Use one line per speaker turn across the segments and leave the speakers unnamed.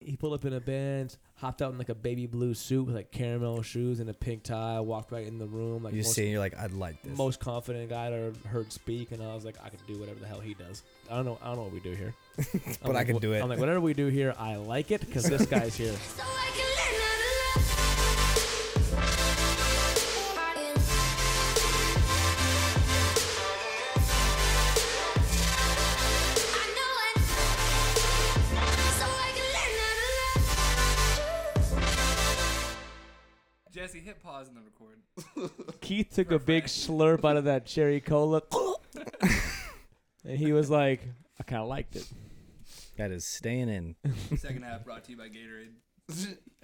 he pulled up in a Benz, hopped out in like a baby blue suit with like caramel shoes and a pink tie, walked right in the room like
you
most,
see, you're like, I'd like this.
most confident guy I ever heard speak, and I was like, I could do whatever the hell he does. I don't know, I don't know what we do here,
But I can do it.
I'm like, whatever we do here, I like it because this guy's here.
So I can learn how to love. I know it. So I can learn how to love.
Jesse, hit pause and then record.
Keith took a big slurp out of that cherry cola, and he was like, I kind of liked it.
that is staying in.
Second half brought to you by Gatorade.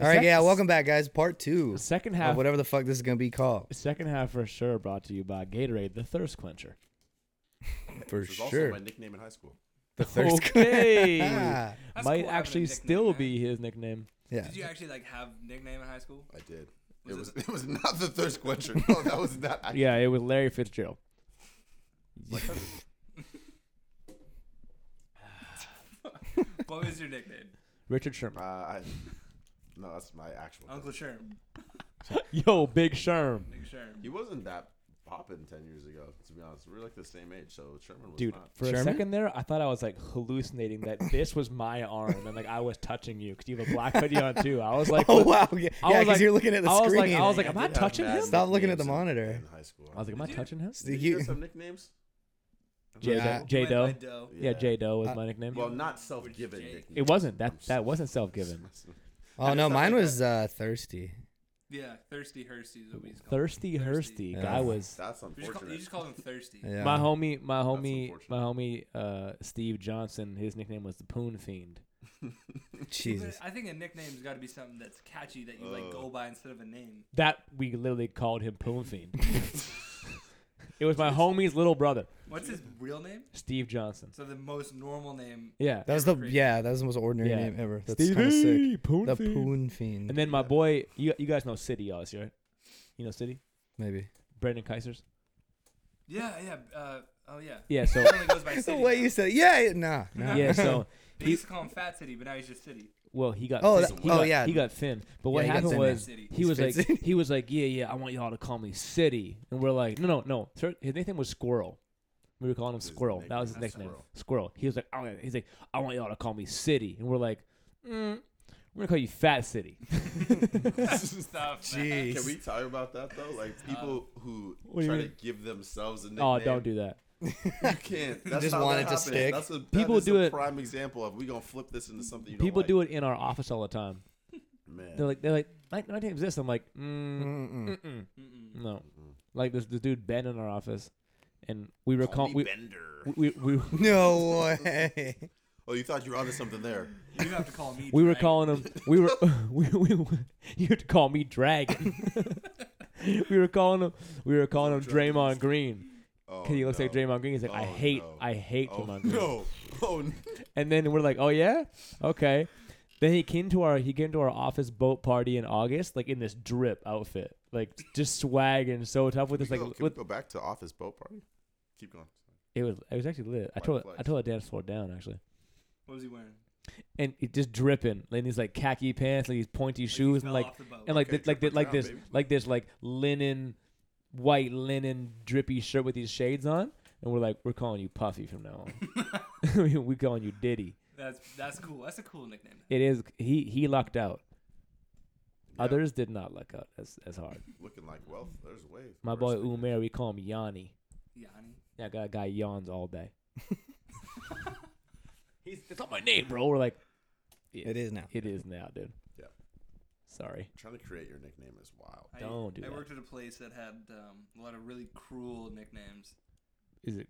All right, yeah, welcome back, guys. Part two.
Second
Of
half,
whatever the fuck this is gonna be called,
second half for sure. Brought to you by Gatorade, the thirst quencher.
for
Which was also
sure.
my nickname in high school.
The thirst.
Okay.
Ah,
That's cool
Might
having a
actually
nickname,
still
man.
be his nickname.
yeah.
Did you actually like have nickname in high school?
I did.
Was
it
it
was it was not the thirst quencher. No, that was not. I,
Yeah, it was Larry Fitzgerald.
What was your nickname?
Richard Sherman.
uh, I, no, that's my actual.
Uncle Sherm.
Yo, Big Sherm.
Big Sherm.
He wasn't that poppin' ten years ago. To be honest, we were like the same age, so Sherman was
Dude,
not.
for a
Sherman?
second there, I thought I was like hallucinating that this was my arm and like I was touching you because you have a black hoodie on too. I was like,
Oh
what-
wow. Yeah,
I was
yeah, because
like-
you're looking at the
I was
screen.
like, I was like,
I
am I
did have
touching
mad
him?
Stop looking at the
nicknames in-
monitor.
In high school,
I was like, am I
Did you-
touching him?
Did you
You-
guys have nicknames?
J
Yeah.
Doe. J
My-
Doe.
my Doe.
Yeah, J Doe was
Uh,
my nickname.
Well, not self-given
Jake.
nicknames.
it wasn't that.
I'm
That
so-
wasn't self-given.
oh no,
It's not
mine
like
was uh, thirsty.
Yeah, Thirsty Hersey is what we used to call
Thirsty
him.
Hursty.
Yeah.
Guy was
That's
We just, call, you
unfortunate.
just called him Thirsty.
Yeah.
my homie. My homie.
unfortunate.
My homie. Uh, Steve Johnson. His nickname was the Poon Fiend.
Jesus.
But I think a nickname's got to be something that's catchy that you like go by instead of a name.
That we literally called him Poon Fiend. it was my homie's little brother,
What's his real name?
Steve Johnson.
So the most normal name.
Yeah.
That was the
Crazy.
yeah. That was the most ordinary
Yeah.
name ever. That's kind of sick.
Poon
The
Fiend.
Poon Fiend.
And then my boy, you you guys know City, obviously, right? You know City,
Maybe.
Brendan Kaisers.
Yeah, yeah. Uh, oh yeah.
Yeah. So
He only goes by
The
City
way
now.
you said, it. yeah, it- nah, nah.
yeah. So
They used to call him Fat City, but now he's just City.
well, he got
Oh,
thin.
that-
he
oh,
got,
yeah.
he got thin. But what
Yeah, he got
happened
thin.
was
City.
he was like
He's
he was like yeah yeah I want y'all to call me City, and we're like no no no sir, his nickname was Squirrel. We were calling him
His
Squirrel. That was his
nickname was
nickname. Squirrel. He was like I want, he's like I want y'all to call me City, and we're like mm, we're gonna call you Fat City.
Stop.
Jeez.
Can we talk about that though? Like people who
do you
try to
mean?
give themselves a nickname.
Oh, don't do that.
You can't. That's
Just
how
want
that
it to
happened.
stick.
That's a, that
People
is
do
a
it-
Prime example of we gonna flip this into something. You
People
don't
do
like.
it in our office all the time.
Man,
They're like they're like my, my name's this. I'm like mm,
Mm-mm.
Mm-mm.
Mm-mm.
No, like this, this dude Ben in our office, and we were
Call
call-
me
we,
Bender.
we, we, we,
No way.
Oh, you thought you were onto something there.
You have to call me.
we were
Dragon.
calling him we were we, we you had to call me Dragon. we were calling him we were calling him Draymond Green
Oh,
because he looks like
no.
Draymond Green. He's like I
Oh,
hate
no.
I hate
Oh
Draymond Green.
no! Oh no!
And then we're like, oh yeah, okay. Then he came to our he came to our office boat party in August, like in this drip outfit, like just swag and so tough with this like
Can we
with,
go back to office boat party. Keep going.
it was it was actually lit. I told I
flags.
told the dance floor down actually.
What was he wearing?
and it just dripping. And he's like khaki pants, like these pointy shoes, and
fell
like
off the boat.
and like
Okay,
thi- like thi-
dripping
like
down,
this
baby.
like this like linen, white linen drippy shirt with these shades on. And we're like, we're calling you Puffy from now on. we calling you Diddy.
That's that's cool. That's a cool nickname.
It is he he lucked out. Others did not luck out as as hard.
Looking like wealth. There's a wave.
My boy Umair, we call him Yanni.
Yanni.
That guy, guy yawns all day. He's it's not my name, bro. We're like,
It is now.
it is now, dude.
Yeah.
Sorry.
Trying to create your nickname is wild.
I-
Don't do
I
that.
worked at a place that had um, a lot of really cruel nicknames.
Is it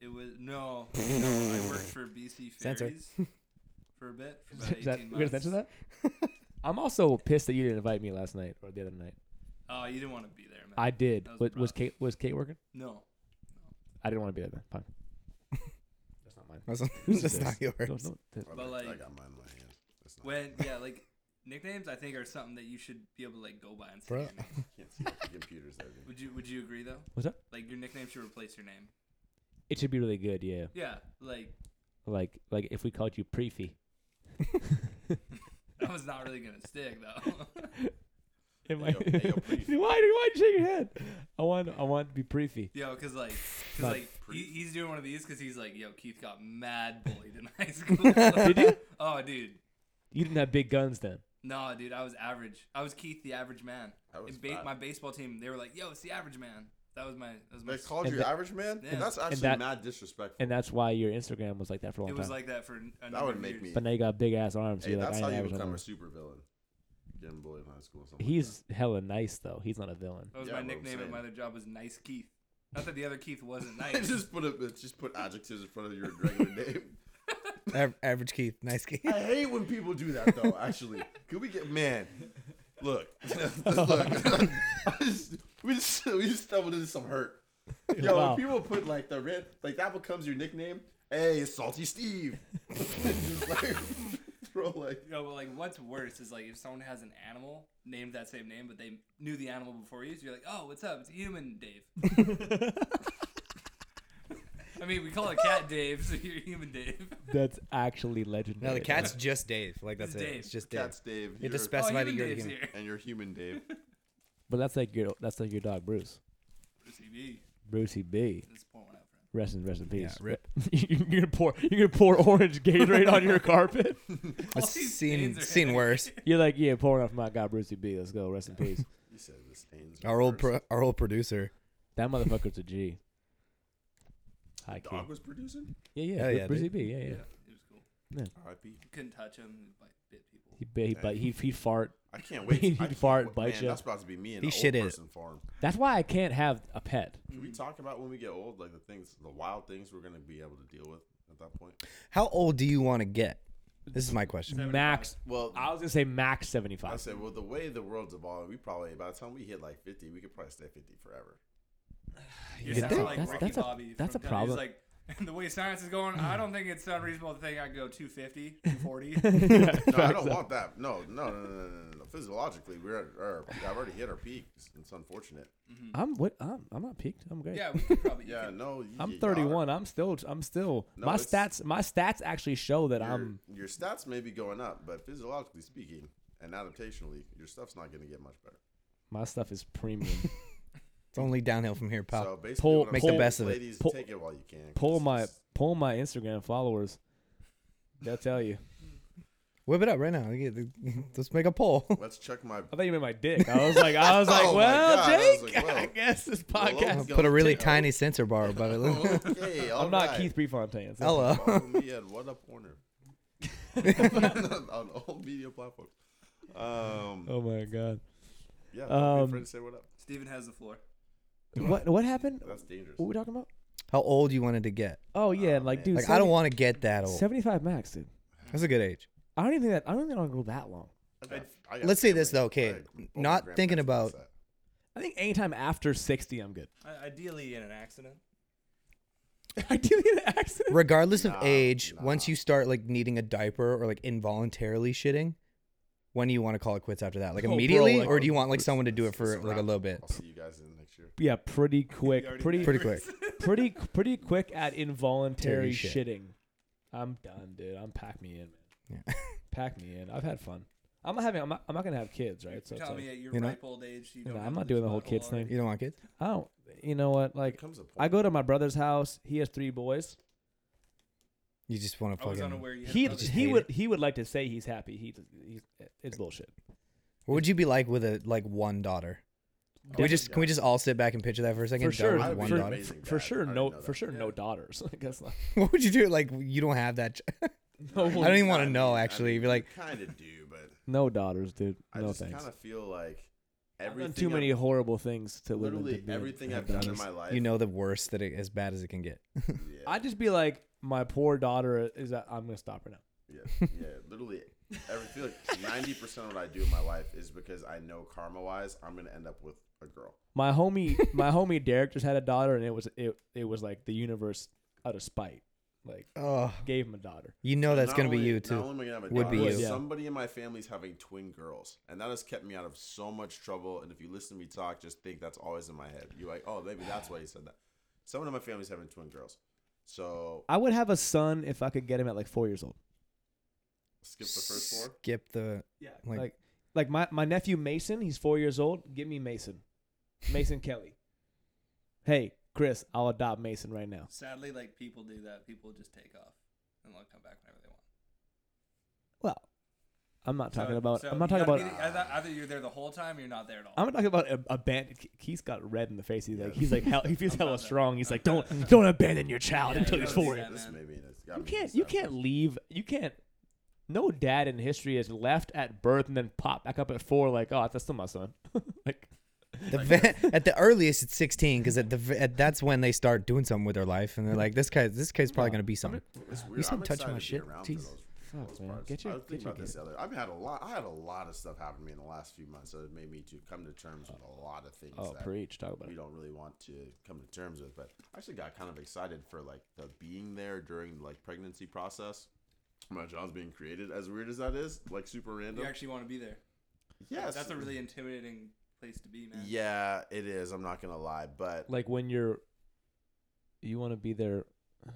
It was no. no, I worked for BC
Censor.
Ferries for a bit. For about
Is that,
18
we're gonna
months.
censor that? I'm also pissed that you didn't invite me last night or the other night.
Oh, you didn't want to be there, man.
I did. Was,
That was a
was
problem.
Kate was Kate working?
no.
I didn't want to be there. Then. Fine. That's not mine.
That's,
this?
that's not yours.
No, no, that-
I,
But,
like, I
like-
got mine in my hand. That's not-
When yeah, like nicknames, I think are something that you should be able to like go by and say.
Bro.
your name.
can't see what the computers. there, dude.
Would you Would you agree though?
What's up?
Like your nickname should replace your name.
It should be really good. Yeah.
Yeah, like
Like like if we called you Preefy.
one's not really gonna stick though.
Am I-
yo- hey, yo, Preef.
why do why you shake your head? I want I want to be preefy.
Yo, cause like, cause
Not
like he,
pre-
he's doing one of these because he's like, yo, Keith got mad bullied in high school.
Did you?
oh, dude,
You didn't have big guns then.
no, dude, I was average. I was Keith, the average man.
I was
In ba-
bad.
my baseball team, they were like, yo, it's the average man. That was my, that was my.
They called
And
you
that-
average man?
Yeah.
That's actually
that-
mad disrespectful.
And that's why your Instagram was like that for a long
it was
time.
like that for. A
that
number
would
of
make
years.
me.
but now you got big ass arms.
Hey,
you're like,
that's
I
how
ain't
you
average no
become
more."
a super villain. Getting bullied in high school. or something like
He's hella nice though. He's not a villain.
That was
Yeah,
my
what I'm
nickname at
saying.
my other job was Nice Keith. Not that the other Keith wasn't
that.
nice.
just put a, just put adjectives in front of your regular name.
Av- average Keith, nice Keith.
I hate when people do that though. Actually, could we get man? Look, look. I just- we just we just stumbled into some hurt. Yo,
Wow.
when people put like the red, like that becomes your nickname. Hey, it's salty Steve. Just like, throw like
Yo, but like, what's worse is like if someone has an animal named that same name, but they knew the animal before you, so you're like, oh, what's up? It's human Dave. I mean, we call it cat Dave, so you're human Dave.
That's actually legendary.
No, the cat's just Dave. Like that's
It's
it.
Dave.
It's just Dave.
cats Dave.
It just
you're-
oh,
specified that
human
you're
Dave's
human.
here.
and you're human Dave.
But that's like your that's like your dog Bruce.
Brucey B.
Brucey B.
Let's pour one out for him.
Rest in rest in peace.
rip.
you're gonna pour you're gonna pour orange Gatorade on your carpet.
All
It's
these
seen
names are-
seen worse.
You're like, yeah, pouring off my guy Brucey B. Let's go. Rest in peace.
You said the stains.
Our old pro- our old producer.
That motherfucker's a G. High key.
dog was producing.
Yeah,
Hell
yeah,
yeah,
yeah Brucey
dude.
B. Yeah, yeah.
Yeah, it was cool.
R.I.P.
You couldn't touch him. He bite, bit people.
He bit, he bite, he he fart.
I can't wait.
He'd
I can't
fart,
wait-
bite
man,
ya.
That's about to be me and
He
the
shit
old
in it.
person farm.
That's why I can't have a pet.
Can we talk about when we get old, like the things, the wild things we're gonna be able to deal with at that point?
How old do you want to get? This is my question.
Max.
Well,
I was gonna say max
I
seventy-five.
said, well, the way the world's evolving, we probably by the time we hit like fifty, we could probably stay fifty forever.
You're
Yeah,
sounding
that's-
like
that's-
Ricky
that's a-
Bobby.
that's
from
a
Down-
problem.
He's like, the way science is going, I don't think it's unreasonable to think I could go 250, 240.
No, I don't want that. No, no, no, no, no, no, no. Physiologically, we're at our, I've already hit our peak. It's unfortunate.
I'm what? I'm, I'm not peaked. I'm great.
yeah, we could probably. you
Yeah,
could-
no. You,
I'm
you are.
31. I'm still. I'm still.
No,
my
it's-
stats. My stats actually show that
Your,
I'm.
your stats may be going up, but physiologically speaking and adaptationally, your stuff's not gonna get much better.
My stuff is premium.
It's only downhill from here, pal.
So basically,
Uh, Pull-
what I'm
make the
saying
best
is,
of it.
Ladies,
Pull-
take it while you can. 'cause
pull my
it's-
pull my Instagram followers. They'll tell you.
Whip it up right now. Get the- Let's make a poll.
Let's check my.
I thought you meant my dick. I was like, I was like,
Oh my
well,
God, I was
Jake, I,
like, well,
guess this
well,
podcast.
Logan's
Put a
gonna
really
take-
tiny sensor bar above it. Look.
Okay, all
I'm not
right.
Keith Prefontaine. so-
Hello.
Follow me at What Up Warner on, on all media platforms. Um,
Oh my god.
yeah, don't be
um,
afraid to say what up.
Steven has the floor.
What what happened?
That's dangerous.
What were we talking about?
How old you wanted to get?
Oh yeah, like
man.
dude,
Like I don't want to get that old.
75 max, dude.
That's a good age.
I don't even think that I don't think I'll go that long.
I got- I got
Let's say this
family.
though, okay?
I got both my
Not thinking
grandparents
about
that.
I think anytime after 60, I'm good.
I- Ideally, in an accident.
I do get an accident.
regardless
Nah,
of age,
nah.
once you start like needing a diaper or like involuntarily shitting, when do you want to call it quits after that? Like
Oh, bro,
immediately,
like-
or do you want like someone to do it
It's-
for
it's
like a
wrap.
little bit?
I'll see you guys in the next year.
Yeah, pretty quick.
You already
Pretty
did.
Pretty quick.
pretty pretty quick at involuntary
Terry shit.
shitting. I'm done, dude. I'm pack me in, man.
Yeah.
Pack me in. I've had fun. I'm not having I'm not, I'm not gonna have kids, right? So
You're
it's
telling me
like,
at your
you know?
ripe old age, you
No,
don't
I'm
have
not
to
doing the
live
whole
by
kids
law.
thing.
You don't want kids?
I don't you know what?
There
Like
comes a point.
I go to my brother's house, he has three boys.
You just want to
I was
fucking.
unaware you had
He
a brother.
just
he
hate
would he would like to say he's happy. He he's it's bullshit.
What would you be like with a like one daughter? Can we
Definitely
just can we
guys.
just all sit back and picture that for a second?
for
Done
sure,
with
I'd
one
be
daughter.
amazing
for
dad. I
sure,
didn't
no,
know
for
that.
sure, no
Yeah.
daughters. Like that's not.
What would you do? Like you don't have that. ch-
No,
I don't even want to know. Actually, you'd be like,
kind of do, but
no daughters, dude.
I
no
just
thanks.
kind of feel like
I've done
everything.
too many
I've-
horrible things to women
literally
to be-
everything
have
I've done in
daughters.
my life.
you know, the worst that it, as bad as it can get.
Yeah.
I'd just be like, my poor daughter is. That, I'm gonna stop her now.
Yeah, yeah, literally. Every feel like ninety percent of what I do in my life is because I know karma wise, I'm gonna end up with a girl.
My homie, my homie Derek just had a daughter, and it was it it was like the universe out of spite, like
Oh,
gave him a daughter.
you know Oh, that's
Not
gonna be
only-
you
Not
too.
only am I gonna have a
Would be
daughter,
you. Yeah.
Somebody in my family's having twin girls, and that has kept me out of so much trouble. And if you listen to me talk, just think that's always in my head. You're like, oh, maybe that's why you said that. Someone in my family's having twin girls, so
I would have a son if I could get him at like four years old.
Skip the first four.
Skip the
Yeah.
like-
Like, like, my, my nephew Mason, he's four years old. Give me Mason. Mason Kelly. Hey, Chris, I'll adopt Mason right now.
Sadly, like people do that. People just take off and they'll come back whenever they want.
Well, I'm not talking
So-
about.
so
I'm not
you
talking about.
gotta be the- either, either you're there the whole time, or you're not there at all.
I'm not talking about a, abandon. Keith's got red in the face. He's like, he's like, hell, he feels
I'm not
hella
that-
strong. He's
I'm
like,
not
don't,
that-
don't abandon your child
Yeah,
until
you
he's
gotta do
four.
that,
This
man.
may be an- it's gotta
You
be
can't, you can't
established.
leave. You can't. No dad in history is left at birth and then pop back up at four. Like, oh, that's still my son. like,
the ve- at the earliest it's 16 because at the ve- at, that's when they start doing something with their life and they're like this guy this guy's probably gonna be something.
It's
You
weird.
still
I'm
touch
excited
my
to be
shit?
around for
Jeez.
those-
Fuck,
those
man.
parts.
Get your-
I was
get
thinking
your
about this the other. I've had a lot. I had a lot of stuff happen to me in the last few months that made me to come to terms with a lot of things.
oh,
that
preach. Talk about
we
it.
don't really want to come to terms with. But I actually got kind of excited for like the being there during like pregnancy process. My job's being created, as weird as that is, like super
You
random.
actually want to be there.
Yes,
That's a really intimidating place to be, man.
Yeah, it is. I'm not gonna lie, but
Like when you're, you want to be there.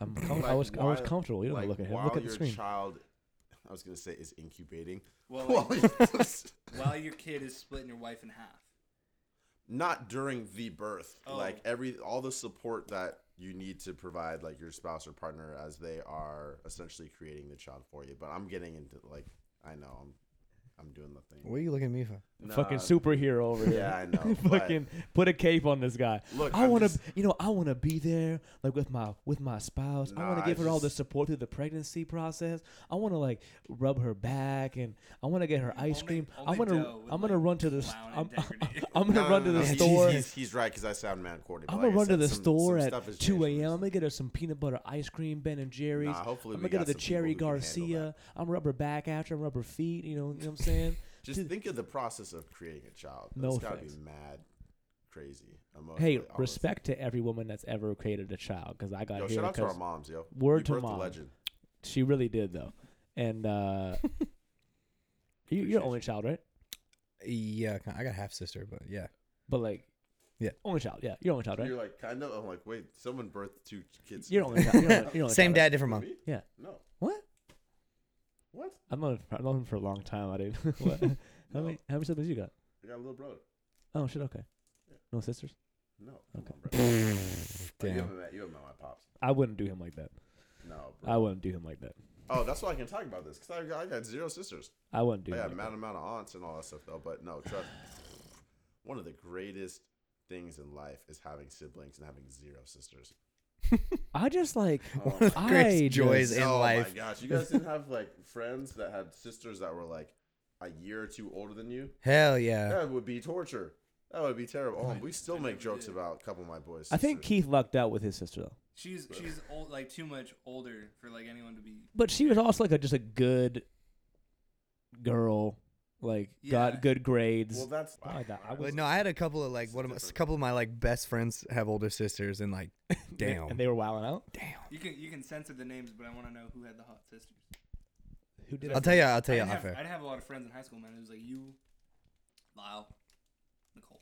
I'm. Com- I
Like,
was. I was
while-
comfortable. You don't wanna
like,
look at him.
while
Look at the
your
screen.
child, I was gonna say is incubating.
Well,
While
like,
you're-
while your kid is splitting your wife in half.
not during the birth
Oh.
like every all the support that you need to provide like your spouse or partner as they are essentially creating the child for you but i'm getting into like i know i'm i'm doing the thing
What are you looking at me for?
Fucking
Nah,
superhero over here.
yeah i know but
fucking put a cape on this guy.
Look,
I
I'm
want to,
just-
you know, I want to be there, like with my with my spouse. I want
Nah,
to give
I
her all the
just-
support through the pregnancy process. I want to like rub her back, and I want to get her ice
Only-
cream.
only
I'm gonna,
Joe would,
I'm gonna
like,
run to the, st-
clown
I'm,
integrity.
I'm gonna
no,
run
no,
to
no,
the
he's-
store.
he's, he's right because i sound man corny but
I'm
like
gonna
I
run to
said,
the
some-
store
some
at
stuff has
2
changed for me
a.m. I'm
since-
gonna get her some peanut butter ice cream, Ben and Jerry's.
Nah, hopefully
I'm
we
gonna get her
got
the
some people
Cherry
who can handle
Garcia.
that.
I'm rub her back after, I'm rub her feet. You know, you know what I'm saying?
just
To-
think of the process of creating a child
No
that's gotta
offense.
be mad crazy
hey,
emotionally, all those-
respect to every woman that's ever created a child, because I got
yo
here
shout out to our
because
moms yo
Word
You
to
birthed a
mom.
legend
She really did though. And uh you, you're
Appreciate
only child, right?
Yeah, I got a half sister, but yeah.
But like,
Yeah.
only child. Yeah, you're only child, right?
You're like kind of. I'm like, wait, someone birthed two kids.
You're only child. You're only, you're only
Same
child, right?
dad, different mom.
Me?
Yeah.
No.
What?
What?
I've known I've known him for a long time. I didn't. what? How
No.
many how many siblings you got?
I got a little brother.
Oh shit. Okay.
Yeah.
No sisters.
No. Come
Okay.
on, bro. Like, you
Damn.
haven't met. You haven't met my pops.
I wouldn't do him like that.
No. Bro.
I wouldn't do him like that.
oh, that's why I can talk about this because I got, I got zero sisters.
I wouldn't do.
I
him
got a
like
mad amount of aunts and all that stuff though. But no, trust. One of the greatest things in life is having siblings and having zero sisters.
that. I just like.
Oh,
One of the greatest
I
joys
just-
in
oh
life.
my gosh, you guys didn't have like friends that had sisters that were like a year or two older than you.
Hell yeah.
That would be torture. That would be terrible. Oh, and we still make jokes about a couple of my boys.
I think
sisters.
Keith lucked out with his sister though,
She's she's old, like too much older for like anyone to be.
but she was also like a, just a good girl. Like
Yeah.
got good grades.
Well, that's
Not like that. I
But
was-
no, I had a couple of like one of my,
different.
couple of my like best friends have older sisters and like damn.
And they were wilding out.
damn.
You can you can censor the names, but I want to know who had the hot sisters.
Who did?
I'll tell you, I'll
I
tell you
didn't
off
have, I
air.
didn't have a lot of friends in high school, man. It was like you, Lyle, Nicole.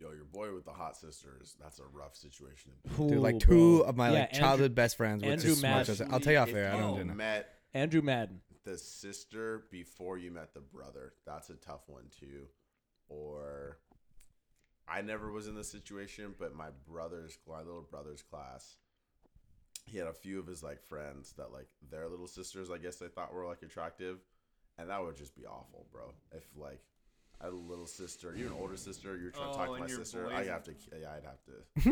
yo, your boy with the hot sisters. That's a rough situation.
Dude,
Ooh,
like two
bro.
of my
Yeah,
like childhood best friends were
Andrew
just smart.
Madden.
sisters. I'll tell you off air. I
If
don't
you
do know.
met
Andrew, Andrew Madden.
the sister before you met the brother. That's a tough one too. Or I never was in this situation, but my brother's my little brother's class. He had a few of his like friends that like their little sisters, I guess they thought were like attractive, and that would just be awful, bro. If like I had a little sister, you're an older sister, you're trying
Oh,
to talk
and
to my
your
sister,
boys-
I'd have to, yeah, I'd have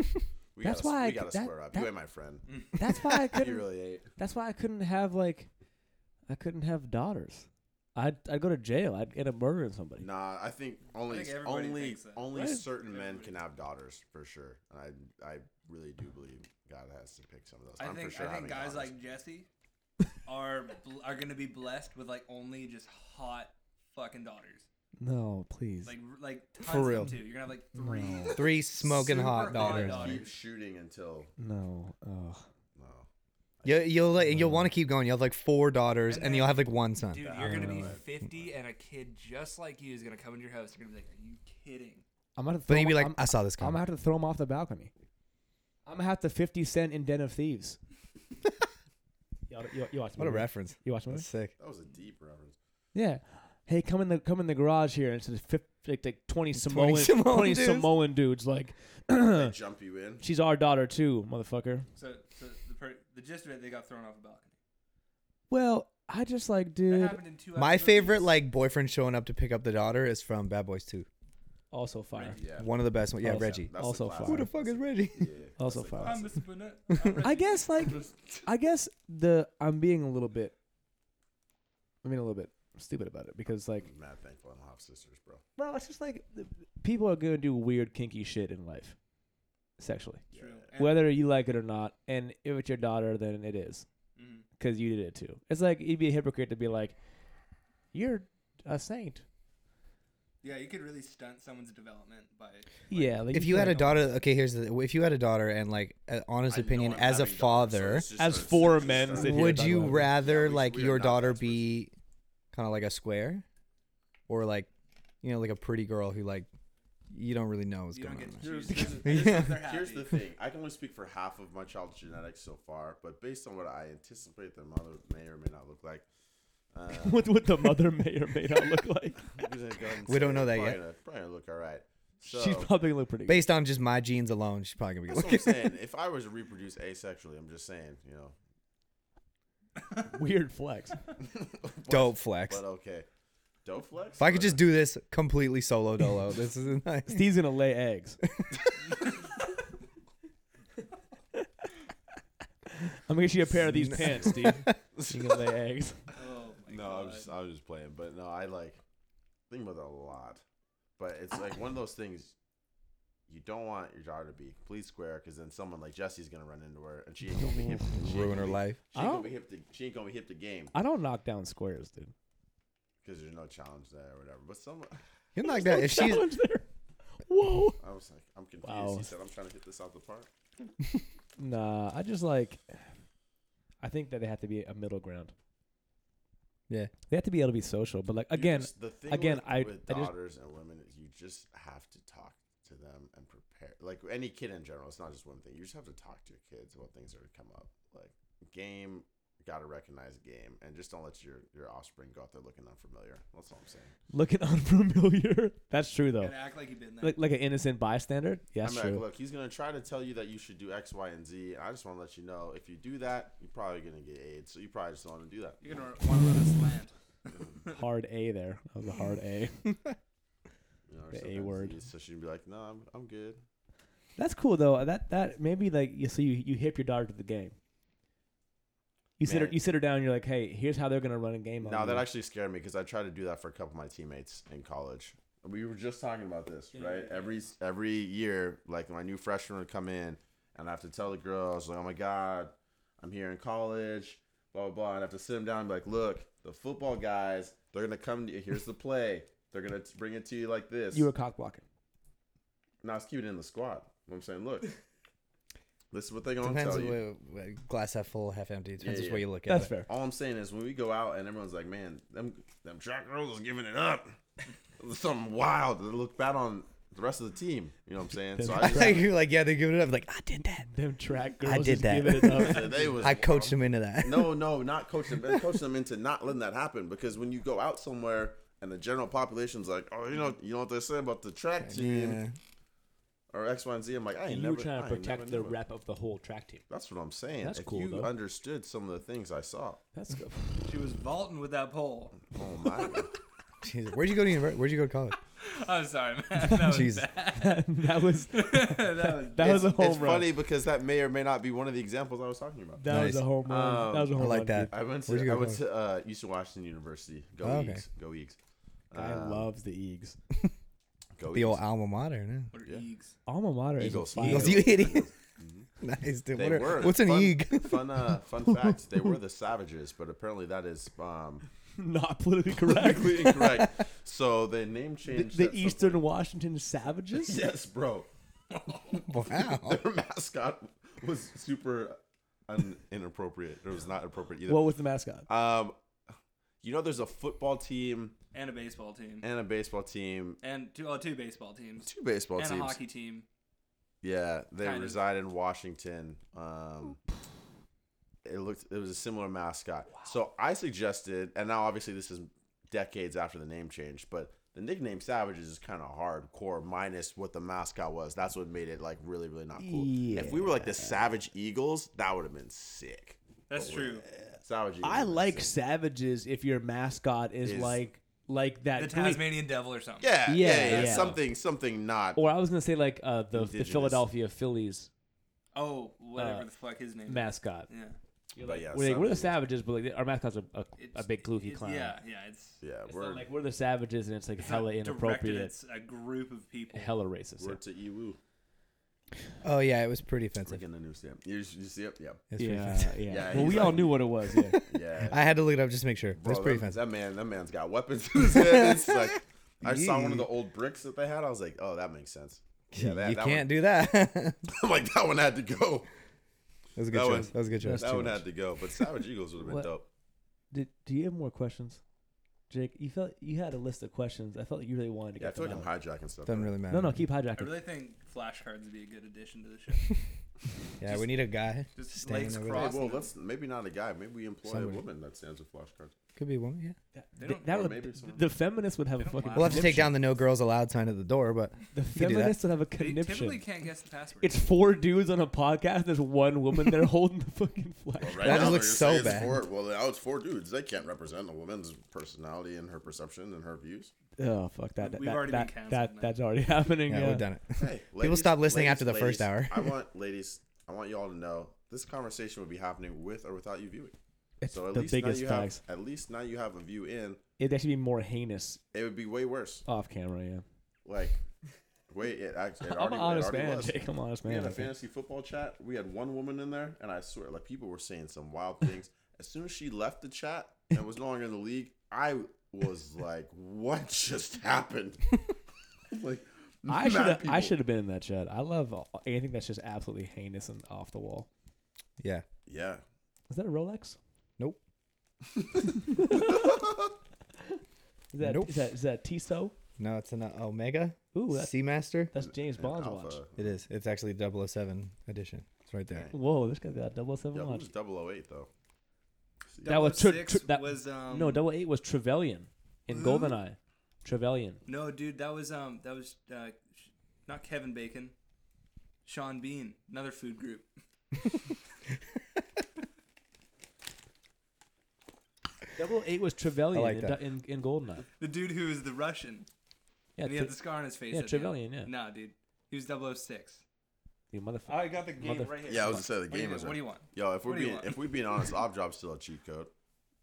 to. We
That's
gotta,
why I
we
c-
gotta
that-
square up.
that-
you ain't my friend.
That's why I
You
couldn't.
really ain't.
That's why I couldn't have like, I couldn't have daughters. I'd I'd go to jail. I'd end up murdering somebody.
Nah, I think only
I think everybody
only
thinks that.
only
Right.
certain men
Everybody.
can have daughters for sure. And I I really do believe God has to pick some of those.
I
am
think
for sure
I think
having
guys
daughters.
like Jesse are bl- are gonna be blessed with like only just hot fucking daughters.
No, please.
Like r- like tons
For real.
Of them too. You're gonna have like three.
Three smoking
Super
hot
hot
daughters.
daughters.
keep shooting until
no. Oh.
no.
You, you'll like, you'll want to keep going. You'll have like four daughters,
And
and,
then-
you'll have like one son.
Dude,
I
you're
don't
gonna be
know.
50 and a kid just like you is gonna come into your house. You're gonna be like, are you kidding?
I'm gonna.
but
throw
you'd be
him-
like,
I'm,
I saw this
I'm
coming.
gonna have to throw him off the balcony. I'm gonna have to 50 Cent in Den of Thieves. You, you, you watched the
What a
movie.
reference.
You watched the movie?
That's sick.
That was a deep reference.
Yeah. Hey, come in the come in the garage here, and it's the fif- like, like twenty Samoan
20
twenty
Samoan
Samoan,
dudes.
dudes. Like,
They jump you in.
she's our daughter too, motherfucker.
So, so the per- the gist of it, they got thrown off a balcony.
Well, I just like,
That
dude.
happened in two.
My
episodes.
favorite like boyfriend showing up to pick up the daughter is from Bad Boys 2.
Also fire.
Yeah.
One of the best ones. Yeah,
Also-
Reggie.
That's
Also
the classic.
fire. Who the
fuck is Reggie?
Yeah.
Also
that's the
fire.
I'm
classic.
Mr. Burnett. I'm
I
ready.
guess like
Just-
I guess the I'm being a little bit. I mean, a little bit stupid about it because like,
I'm mad thankful I don't have sisters, bro.
well, it's just like the- people are gonna do weird kinky shit in life, sexually,
True. And-
whether you like it or not. And if it's your daughter, then it is.
Mhm.
because you did it too. It's like you'd be a hypocrite to be like, "You're a saint."
Yeah, you could really stunt someone's development by. Like,
yeah. Like
If you had a
can't-
daughter, okay, here's the. If you had a daughter and like an honest
I know
opinion
I'm
as a
having daughters, so
father,
it's just
As
a- it's
four
just
men
a-
sit here.
would
talking
you
about it.
rather
Yeah, we-
like
we are
your
not
daughter
experts.
be kind of like a square, or like you know like a pretty girl who like you don't really know what's
you
going
don't
on?
get to
there.
choose.
Yeah.
This is- this is their
Here's the
happy.
thing. I can only speak for half of my child's genetics so far, but based on what I anticipate their mother may or may not look like, uh,
what would the mother may or may not look like?
I'm gonna go ahead and
We
say
don't know
they're
that
probably
yet.
Gonna, probably gonna look all right. So,
She's probably gonna look pretty. good.
Based on just my genes alone, she's probably gonna be
that's
good
what I'm
looking.
saying. If I was to reproduce asexually, I'm just saying, you know,
Weird flex.
Dope flex.
but uh, okay. Dope flex.
If I could
Or-
just do this completely solo dolo, this is nice.
Steve's gonna lay eggs. I'm gonna get you a pair of these pants, Steve. You can lay eggs.
Oh my
No, I
god.
was just, I was just playing, but no, I like think about that a lot. But it's like one of those things you don't want your daughter to be complete square because then someone like Jesse's gonna run into her and she ain't gonna be hip. she ain't
ruin
gonna
her
be-
life.
She
I
ain't gonna
don't-
be hip. To, she ain't gonna be hip to game
I don't knock down squares, dude.
because there's no challenge there or whatever. But some,
You're like that. If she's
Challenge there. Whoa.
I was like, I'm confused.
Wow.
He said, I'm trying to hit this out the park.
Nah, I just like. I think that they have to be a middle ground.
yeah,
They have to be able to be social, but like
You
again,
just- the thing
again,
with,
I-
with
I just-
daughters and women is you just have to talk to them and prepare. Like any kid in general, it's not just one thing. You just have to talk to your kids about things that are come up. Like game, gotta recognize game, and just don't let your your offspring go out there looking unfamiliar. That's all I'm saying.
looking unfamiliar. That's true though.
And act like you've been there.
Like like an innocent bystander. Yeah, that's
I'm like,
true.
look, he's gonna try to tell you that you should do X, Y, and Z. And I just want to let you know if you do that, you're probably gonna get AIDS. So you probably just don't want to do that.
You're gonna want to let us land.
Hard A there. That was a hard A.
You know, or
The A
sometimes
word.
you- So she'd be like, no, I'm I'm good.
That's cool though. That that maybe like you so you you hip your daughter to the game. You sit her
Man.
you sit her down. And you're like, hey, here's how they're gonna run a game. on
No,
you.
that actually scared me because I tried to do that for a couple of my teammates in college. We were just talking about this, right? Every every year, like my new freshman would come in, and I have to tell the girls, like, "Oh my god, I'm here in college," blah blah blah. And I have to sit them down and be like, "Look, the football guys, they're gonna come. To you. Here's the play. They're gonna t- bring it to you like this."
you were cock blocking.
now let's keep it in the squad. You know what I'm saying, look, this is what they're gonna
depends.
tell you.
Where, where- glass half full, half empty. Depends
Yeah,
which way
yeah.
you look at
That's
it.
fair.
All I'm saying is when we go out and everyone's like, man, them them track girls is giving it up. Something wild. They look bad on the rest of the team. You know what I'm saying? So I
I like
just,
you're like yeah, they're giving it up. Like I did that.
Them track girls.
I did
just
that.
giving it up.
they was
I coached them into that.
No, no, not coach them. Coach them into not letting that happen because when you go out somewhere and the general population's like, oh, you know, you know what they're saying about the track team
Yeah.
or X, Y, and Z. I'm like, I ain't
you
never.
were trying to
I ain't never
protect the
knew it.
rep of the whole track team.
That's what I'm saying.
That's
if
cool,
you
though.
understood some of the things I saw,
That's good.
She was vaulting with that pole.
oh my,
Jesus. Where'd you go to university? Where'd you go to college?
I'm sorry, man. That was
Jesus.
bad.
that was
that was
that was a
It's-
home
it's
run.
funny because that may or may not be one of the examples I was talking about.
That was
Nice.
a home run.
Um,
that was a
I
home
like
run,
that.
dude.
I went
Where'd
to
you
I
go
went
for
to uh, Eastern Washington University. Go
Oh, okay.
Eags. Go Eags.
Guy
Um,
loves the Eags.
Go
The
Eags.
old alma mater. no?
What are
Yeah.
eags?
Alma mater
Eagles.
is a fire.
Eagles. You idiot. Nice dude.
They
What are-
were.
what's an E?
fun,
eeg?
Fun, uh, fun facts. They were the Savages, but apparently that is um,
Not politically correct.
politically incorrect. So they name
the
changed
the
that
Eastern
something-
Washington Savages.
Yes, bro.
Wow.
Their mascot was super un- inappropriate. It was not appropriate either.
What was the mascot?
um, you know, there's a football team
And a baseball team. And,
and a baseball team,
two, oh, two baseball teams.
two baseball
and
teams.
a hockey team.
Yeah, they
Kind of.
reside in Washington. Um, it looked it was a similar mascot. So I suggested, and now obviously this is decades after the name change, but the nickname Savages is kind of hardcore minus what the mascot was. That's what made it like really really not cool. If we were like the Savage Eagles, that would have been sick. Oh,
That's true.
Savage Eagles.
I
would have been
like
sick.
savages if your mascot is,
Is-
like like that
The
Greek-
Tasmanian devil or something.
Yeah, yeah,
Yeah,
yeah,
yeah.
Something, something not.
Or I was gonna say like uh, the the
Indigenous.
Philadelphia Phillies
Oh, whatever
Uh,
the fuck his name. is.
mascot.
Yeah.
You're
But
like,
yeah,
we're, like, we're the savages,
savages.
but like our mascots are a, a
It's-
big kloofy
it's-
clown.
Yeah, yeah. It's,
Yeah,
It's not
we're
like we're the savages, and it's like
it's not
hella
directed,
inappropriate,
It's a group of people.
hella racist.
we're to Iwu.
Oh yeah, it was pretty
We're
offensive.
getting a new stamp. You, you see it? Yeah,
It was pretty
yeah,
offensive.
yeah.
Yeah,
well,
he's
we all
like-
knew what it was. Yeah.
yeah.
I had to look it up just to make sure. It
Bro,
was pretty
that,
offensive.
that man, that man's got weapons in his head. It's like I saw one of the old bricks that they had. I was like, oh, that makes sense. Yeah, that,
you
that
can't
one,
do that. that
I'm like that one had to go.
was a good
That
choice.
one-
that was a good choice.
that
Too
one
much.
had to go. But Savage Eagles would have been
What?
dope.
Did, do you have more questions, Jake? You felt you had a list of questions. I felt like you really wanted to
Yeah, I
get
feel
them
like I'm
out.
hijacking stuff.
Doesn't
right?
really matter.
No, no, keep
I
hijacking.
really think flashcards would be a good addition to the show.
Yeah, we need a guy.
Just
Standing
legs
over
Hey,
crossed.
well,
and-
let's maybe not a guy. Maybe we employ
Somebody.
a woman that stands with flashcards.
Could be a woman. Yeah.
They
Th-
don't-
that
or
would,
maybe
th-
someone-
the feminists would have a
They don't
fucking.
We'll have to take
conniption.
down the no girls allowed sign at the door, but
The
could do that.
feminists would have a
They typically
conniption.
can't guess the password.
It's four dudes on a podcast. There's one woman there holding the fucking flag.
Well,
That
right now,
just looks
they're
so
saying it's
bad.
Four, well, now it's four dudes. They can't represent a woman's personality and her perception and her views.
Oh fuck that! that
We've
that,
already been
that,
canceled,
that-
man.
that's already happening.
yeah,
Yeah,
we've done it.
Hey,
People stop listening after the first hour.
I want ladies. I want y'all to know this conversation would be happening with or without you viewing.
It's
So at
the
least
biggest
now you
facts.
have at least now you have a view in.
It'd actually be more heinous
It would be way worse.
off camera. Yeah,
Like, wait, it actually. It
I'm
already,
an
it
honest
already
man.
was.
Jake, I'm an honest
We
man.
had
I
a
think.
fantasy football chat. We had one woman in there, and I swear, like people were saying some wild things. As soon as she left the chat and was no longer in the league, I was like, "What just happened?" like,
I should
mad
have. I
people.
should have been in that chat. I love all- anything that's just absolutely heinous and off the wall.
Yeah.
Yeah,
Is that a Rolex?
Nope.
Is that
Nope.
is that is that Tissot?
No, it's an uh, Omega
Ooh, that's,
Seamaster.
that's James
and
Bond's watch.
Alpha.
It is. It's actually 007 edition. It's right there.
Whoa, this guy's got a double seven
Yeah,
watch.
who's 008 though?
That was tri-
006
tri- that-
was um,
no, double eight was Trevelyan in Goldeneye. Trevelyan.
No, dude, that was um, that was uh, sh- not Kevin Bacon, Sean Bean, another food group.
Double eight was Trevelyan
like
in,
that.
Du- in in Goldeneye.
The dude who was the Russian,
Yeah,
and he had
Tre-
the scar on his face.
yeah,
at the end.
Trevelyan, yeah.
Nah, dude, he was 006.
you motherfucker.
I Oh, got the game
Mother-
right here.
Yeah, I was gonna say the
What do you
game
do-
is.
What do you want?
Yo, if we're
What do you
being
want?
if we're being honest, Objob's still a cheat code.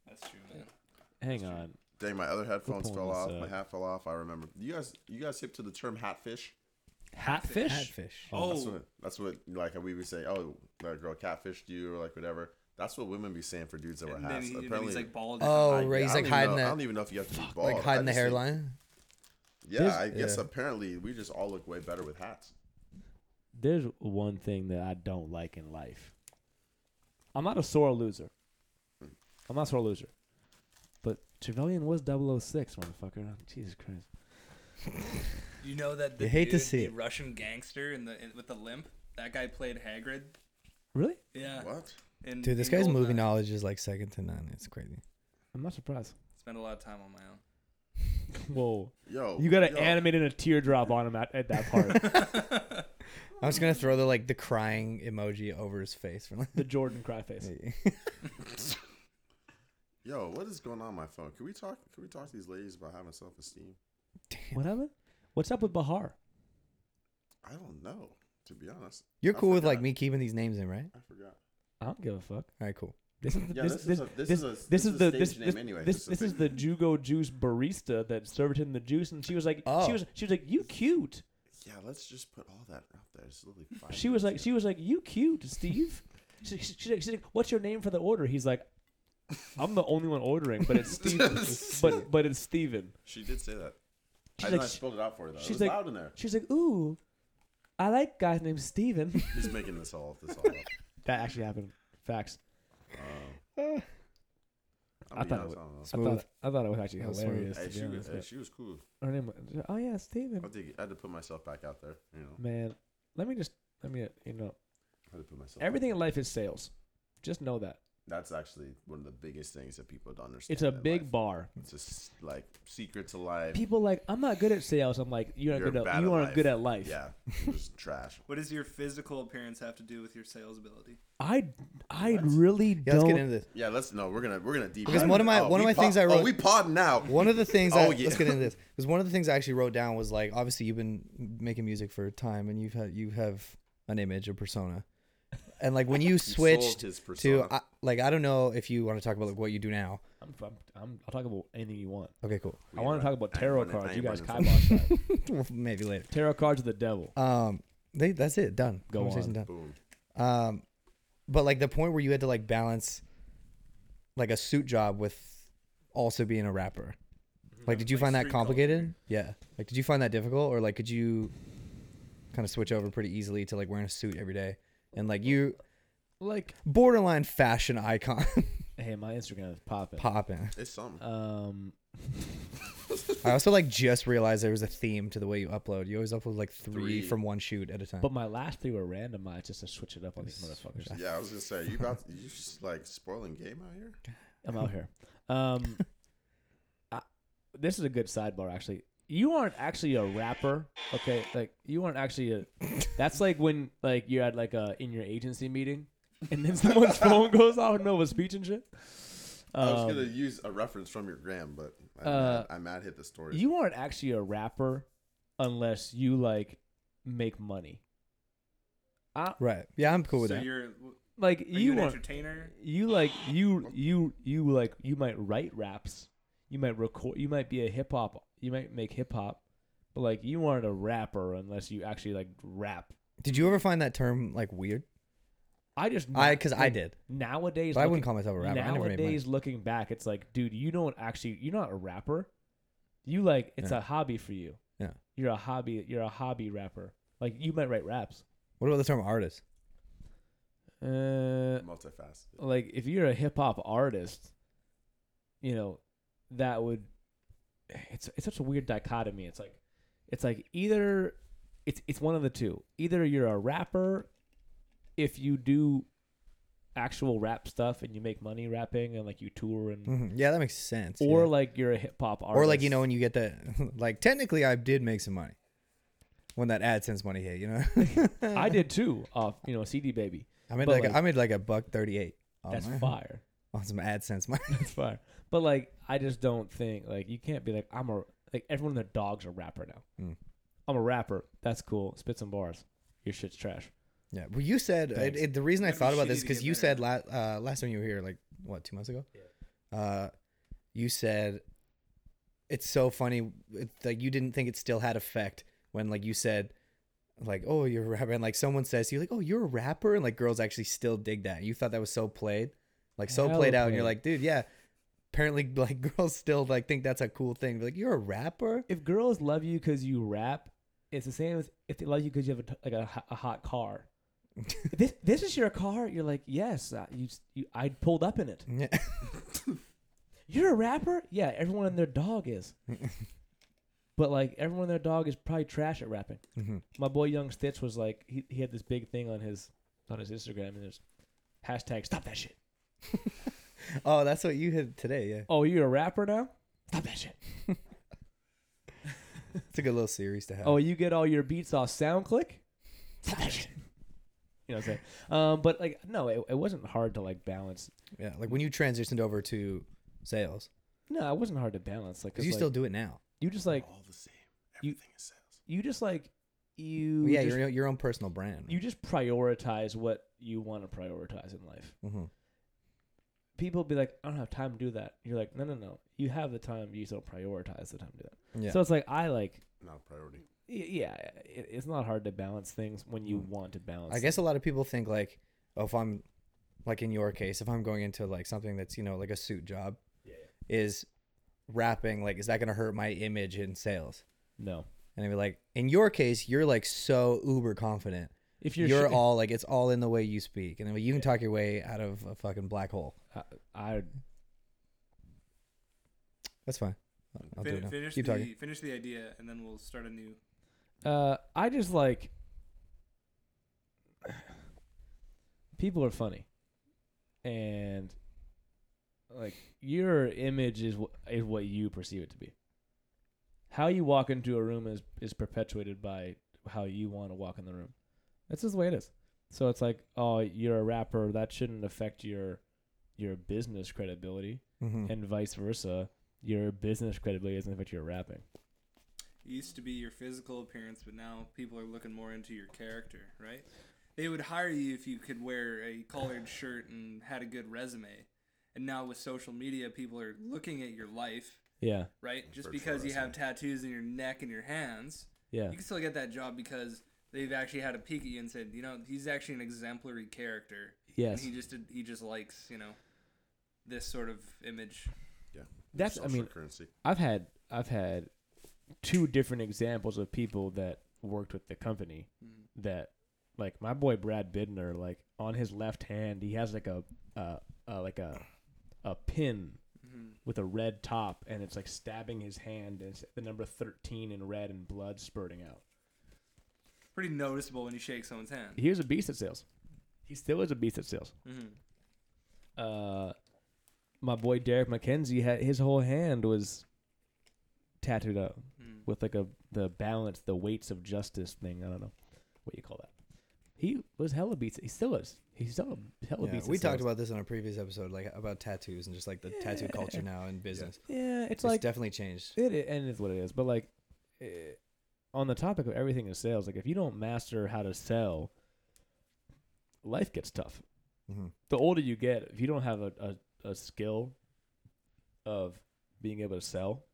That's true, man.
Hang on.
Dang, my other headphones
pulling
fell
this
off.
up.
My hat fell off. I remember. You guys, you guys hip to the term hatfish?
Hatfish?
Catfish.
Oh,
That's what, that's what like we would say. Oh, that girl catfished you or like whatever. That's what women be saying for dudes that were
and then,
hats.
he, and then
Apparently,
he's like bald.
Oh,
I-
right.
I
He's
don't
like
even know-
hiding
I
that.
don't even know if you have to be bald.
Like hiding
I
the
just think-
hairline.
There's-
yeah, I guess
yeah.
apparently we just all look way better with hats.
There's one thing that I don't like in life. I'm not a sore loser. I'm not a sore loser. But Trevelyan was 006, motherfucker. Jesus Christ.
You know that the
You hate to
dude,
see
the
it.
Russian gangster in the in, with the limp. That guy played Hagrid.
Really?
Yeah.
What?
in-
Dude, this
in
guy's movie
Goldeneye.
knowledge is like second to none. It's crazy.
I'm not surprised.
Spend a lot of time on my own.
Whoa.
Yo,
You got to
yo,
animate in a teardrop on him at, at that part.
I'm just gonna throw the like the crying emoji over his face for like.
the Jordan cry face.
Yo, what is going on my phone? Can we talk? Can we talk to these ladies about having self esteem?
What happened? What's up with Bahar?
I don't know, to be honest.
You're
I
cool with like
forgot.
me keeping these names in, right?
I forgot.
I don't give a fuck.
All right, cool.
This is
Yeah,
this,
this is
this,
a-
this,
this
this,
is a- this
this
is
is
a
the
stage
this
name
this,
anyway.
this,
This is a
this is the
thing.
Jugo Juice barista that served him the juice, and she was like,
Oh.
she was she was like, you cute.
Yeah, let's just put all that out there. It's literally five
She was like,
minutes
she was like, you cute, Steve. She- she- She's like, she's like, what's your name for the order? He's like, I'm the only one ordering, but it's Steven. but but it's Steven.
here. she did say that.
She's
I
like,
know I
sh-
spelled it out for her though.
she's
it was
like-
loud in there.
she's like, ooh, I like guys named Steven.
He's making this all this all up.
that actually happened. Facts.
I'll be
thought it was-
honest, Um, I don't
I
Smooth.
know.
Eh, thought I thought it was actually
That was smooth.
hilarious.
Hey,
to be
she, was,
honest,
hey,
but
she was cool.
her name, was- oh yeah, Steven.
I think I had to put myself back out there. You know,
Man, let me just let me you know
I had to put myself.
everything in life is sales. Just know that.
That's actually one of the biggest things that people don't understand.
It's a
in
big
life.
bar.
It's a s like secret to life.
People like I'm not good at sales. I'm like you're not
You're
good at
bad
you
at
aren't
life.
good at life.
Yeah, it was trash.
What does your physical appearance have to do with your sales ability?
I I really
Yeah,
don't.
let's get into this.
Yeah, let's no. We're gonna we're gonna deep.
Because
dive
one
into-
of my-
oh,
one of my
we
things I
Oh,
wrote-
we pod now.
One of the things I
Oh, yeah.
let's get into this because one of the things I actually wrote down was like obviously you've been making music for a time and you've had you have an image a persona, and like when you switched
his persona.
to uh, I, like I don't know if you want to talk about like what you do now.
I'm, I'm, I'm, I'll talk about anything you want.
Okay, cool.
I want to talk about tarot
running- I
cards. You
ain't
guys
running
kibosh that.
Maybe later.
Tarot cards are the devil.
Um, they, that's it. Done.
Go
Conversation
on.
done.
Boom.
Um, but like the point where you had to like balance, like a suit job with also being a rapper. Like, did you
Mm-hmm. Like
find that
street culture.
complicated? Yeah. Like, did you find that difficult, or like, could you kind of switch over pretty easily to like wearing a suit every day and like you
Like,
borderline fashion icon
hey, my Instagram is popping.
popping?
It's something.
um,
I also like just realized there was a theme to the way you upload. You always upload like three,
Three.
from one shoot at a time.
but my last three were randomized just to switch it up on these motherfuckers.
yeah, I was gonna say you about you just like spoiling game out here.
I'm out here. Um, I, this is a good sidebar, actually. You aren't actually a rapper, okay? Like you aren't actually a. That's like when like you're at like a in your agency meeting, and then someone's phone goes off in the middle of a speech and shit.
I was
Um,
gonna use a reference from your gram, but I'm,
uh,
mad, I'm mad hit the story.
you aren't actually a rapper unless you like make money. I,
right. Yeah, I'm cool with
so
that.
you're are
like
you,
you
an
aren't-
entertainer?
you like you you you like you might write raps you might record you might be a hip hop you might make hip hop but like you aren't a rapper unless you actually like rap
Did you ever find that term like weird?
i just
I because I did.
nowadays
But I wouldn't
looking-
call myself a rapper. I never made money.
nowadays looking back it's like dude you don't actually you're not a rapper you like it's
Yeah.
a hobby for you
Yeah.
you're a hobby you're a hobby rapper like you might write raps
What about the term artist?
uh
multifaceted.
like if you're a hip hop artist, you know, that would it's it's such a weird dichotomy. It's like it's like either it's it's one of the two. Either you're a rapper if you do actual rap stuff and you make money rapping and like you tour and
Mhm. Yeah, that makes sense.
or
yeah.
like you're a hip hop artist.
or like you know when you get that like technically I did make some money when that AdSense money hit. You know,
I did too off, you know, CD baby.
I made
but,
like,
like-
I made like a buck thirty eight.
That's fire.
On some AdSense money.
That's fire. But like, I just don't think like you can't be like I'm a like everyone and their dog's a rapper now.
Mm.
I'm a rapper. That's cool. Spit some bars. Your shit's trash.
yeah. Well, you said it,
Thanks.
it- the reason I
That'd be
thought about this
shitty to
because
get
you
better
said la- uh, last time you were here, like what two months ago? Yeah. Uh, you said it's so funny. It, like you didn't think it still had effect when like you said. Like oh you're a rapper and like someone says to you like oh you're a rapper and like girls actually still dig that you thought that was so played like so
Hella
played out and you're
played.
like dude yeah apparently like girls still like think that's a cool thing like you're a rapper
If girls love you because you rap, it's the same as if they love you because you have a t- like a, ho- a hot car. this this is your car. You're like yes. Uh, you, s- you I pulled up in it.
yeah
You're a rapper. Yeah. Everyone and their dog is. But like everyone and their dog is probably trash at rapping.
Mhm.
my boy Young Stitch was like he, he had this big thing on his on his Instagram and there's hashtag stop that shit.
oh that's what you hit today yeah
Oh, you're a rapper now? Stop that shit.
it's a good little series to have
Oh, you get all your beats off SoundClick? Stop that shit. You know what I'm saying? Um, but like no, it, it wasn't hard to like balance.
Yeah, like when you transitioned over to sales,
No, it wasn't hard to balance. Like
because
'cause,
you
like,
still do it now.
you just like
all the same.
you-
Everything is sales.
you just like you
yeah,
just,
your your own personal brand.
you just prioritize what you want to prioritize in life.
hmm
People be like, I don't have time to do that. You're like, no, no, no. You have the time. You just don't prioritize the time to do that.
Yeah.
So it's like I like
Not a priority.
Y- yeah, it, it's not hard to balance things when you want to balance.
Hmm. I guess a lot of people think like, oh, if I'm like in your case, if I'm going into like something that's you know like a suit job, is rapping like is that going to hurt my image in sales?
no.
And I'd be like, in your case, you're like so uber confident.
If
You're,
you're, sh-
all like, it's all in the way you speak, and then you can talk your way out of a fucking black hole.
I, I
That's fine. I'll- I'll do
Fin-
it now.
finish
Keep
the
talking.
finish the idea, and then we'll start a new.
uh, I just like people are funny, and like your image is what is what you perceive it to be. How you walk into a room is is perpetuated by how you want to walk in the room. That's just the way it is. So it's like, oh, you're a rapper. That shouldn't affect your your business credibility,
Mm-hmm.
and vice versa. Your business credibility doesn't affect your rapping.
It used to be your physical appearance, but now people are looking more into your character, right? They would hire you if you could wear a collared shirt and had a good resume. And now with social media, people are looking at your life,
Yeah,
right? Just
Virtual
because you have tattoos in your neck and your hands,
yeah,
you can still get that job because they've actually had a peek at you and said, you know, he's actually an exemplary character.
yes.
And he just he just likes, you know, this sort of image.
Yeah.
That's- I
Social
mean-
currency.
I've had I've had two different examples of people that worked with the company that like my boy Brad Bidner like on his left hand he has like a uh, uh like a a pin with a red top and it's like stabbing his hand and it's the number 13 in red and blood spurting out.
Pretty noticeable when you shake someone's hand.
He was a beast at sales. He still is a beast at sales.
Mm-hmm.
Uh my boy Derek McKenzie had his whole hand was tattooed up.
Mm.
with like a the balance, the weights of justice thing. I don't know what you call that. He was hella beats. He still is. He's still a hella
Yeah,
beats.
we
himself.
talked about this on a previous episode, like about tattoos and just like the tattoo culture now in business.
Yeah, it's,
It's,
like
definitely changed.
it, it. And it's what it is. But like, eh, on the topic of everything is sales. Like, if you don't master how to sell, life gets tough.
Mm-hmm.
The older you get, if you don't have a, a, a skill of being able to sell,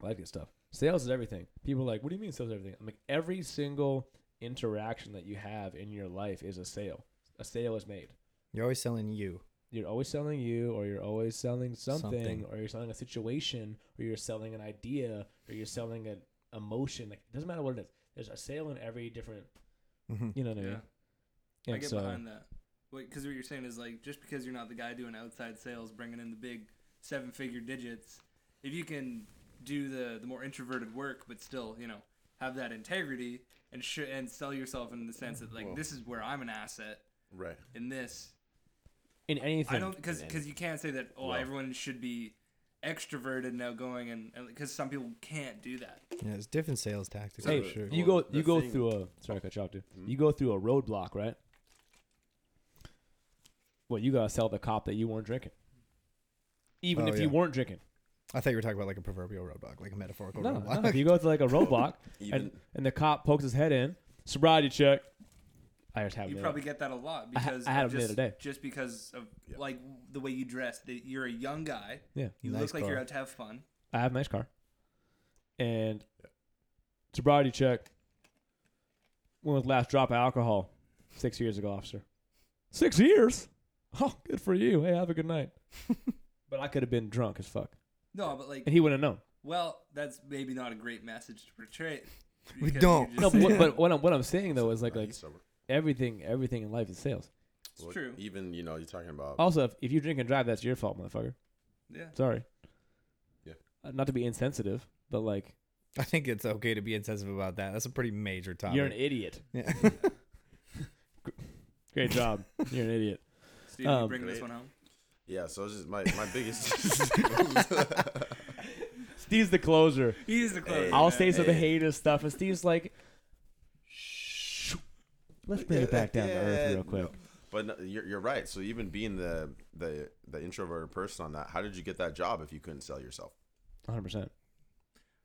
life gets tough. Sales is everything. People are like, what do you mean sales is everything? I'm like, every single interaction that you have in your life is a sale. A sale is made.
You're always selling you.
You're always selling you, or you're always selling something,
Something.
or you're selling a situation, or you're selling an idea, or you're selling an emotion. Like, it doesn't matter what it is. There's a sale in every different,
Mm-hmm.
you know what I mean?
Yeah.
And
I get
so,
behind that. Because what you're saying is like just because you're not the guy doing outside sales, bringing in the big seven-figure digits, if you can do the the more introverted work, but still you know have that integrity and sh- and sell yourself in the sense that like
Well-
this is where I'm an asset
Right.
in this.
in anything,
I don't because
And then-
because you can't say that oh
Well-
everyone should be extroverted and outgoing and because some people can't do that.
Yeah, it's different sales tactics
Hey,
for sure.
you
Well,
go
the
you go
thing-
through a sorry, I cut you off, dude.
Hmm?
You go through a roadblock, right? Well, you gotta sell the cop that you weren't drinking, even
Oh,
if you
yeah.
weren't drinking.
I thought you were talking about like a proverbial roadblock, like a metaphorical
No,
roadblock.
no, if you go through like a roadblock, and,
Even-
and the cop pokes his head in, sobriety check. I just have
You
it.
probably get that a lot
I ha-
because
I had
of
him the
just,
other day.
just because of
Yeah.
like the way you dress. That you're a young guy.
yeah.
You
Nice
look like you're
car.
out to have fun.
I have a nice car, and sobriety check. When was the last drop of alcohol? Six years ago, officer. Six years? Oh, good for you. Hey, have a good night. but I could have been drunk as fuck.
No, but like,
And he wouldn't have known.
well, that's maybe not a great message to portray.
We
because you
don't.
just
No,
say-
but, what- but what I'm what I'm saying though is like
No,
like
he's sober.
everything everything in life is sales.
it's
Well,
true.
Even you know you're talking about
Also, if, if you drink and drive, that's your fault, motherfucker.
Yeah.
Sorry.
Yeah.
Uh, not to be insensitive, but like
I think it's okay to be insensitive about that. That's a pretty major topic.
you're an idiot.
yeah.
Great job. you're an idiot.
Steve, you
Um,
bring this
Great.
one home.
yeah. So it's just my my biggest
Steve's the closer.
He's the closer.
I'll
man.
say some
Hey.
haters stuff, and Steve's like, "Shh, let's bring it back down to earth
Yeah,
real quick."
But no, you're, you're right. So even being the the the introverted person on that, how did you get that job if you couldn't sell yourself?
100. percent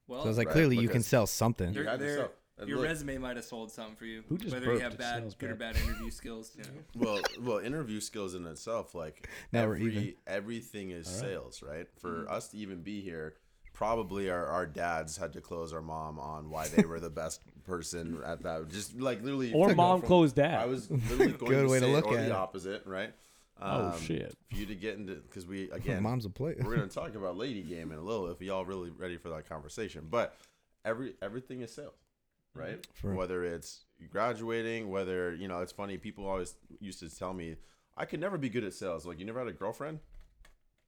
Well,
So it's like
Right,
clearly you
because-
can sell something.
Your-
You had to
there-
sell. And
your
look-
resume might have sold something for you.
Who just
whether you
burped? It
have bad,
smells
good or
bad.
bad interview skills. You know.
well, well, interview skills in itself, like
Now we're
every,
even.
everything is sales, right? For
Mm-hmm.
us to even be here, probably our, our dads had to close our mom on why they were the best person at that. Just like literally,
Or mom closed
I
dad.
was literally going
Good
to
way to
say
look
or
at
the
it.
opposite, right?
Oh,
Um,
shit.
For you to get into because we again,
Mom's a play.
we're gonna talk about lady game in a little if y'all really ready for that conversation. But every everything is sales, right?
Mm-hmm. Sure.
Whether it's graduating, whether you know, it's funny. People always used to tell me, "I could never be good at sales." Like, you never had a girlfriend?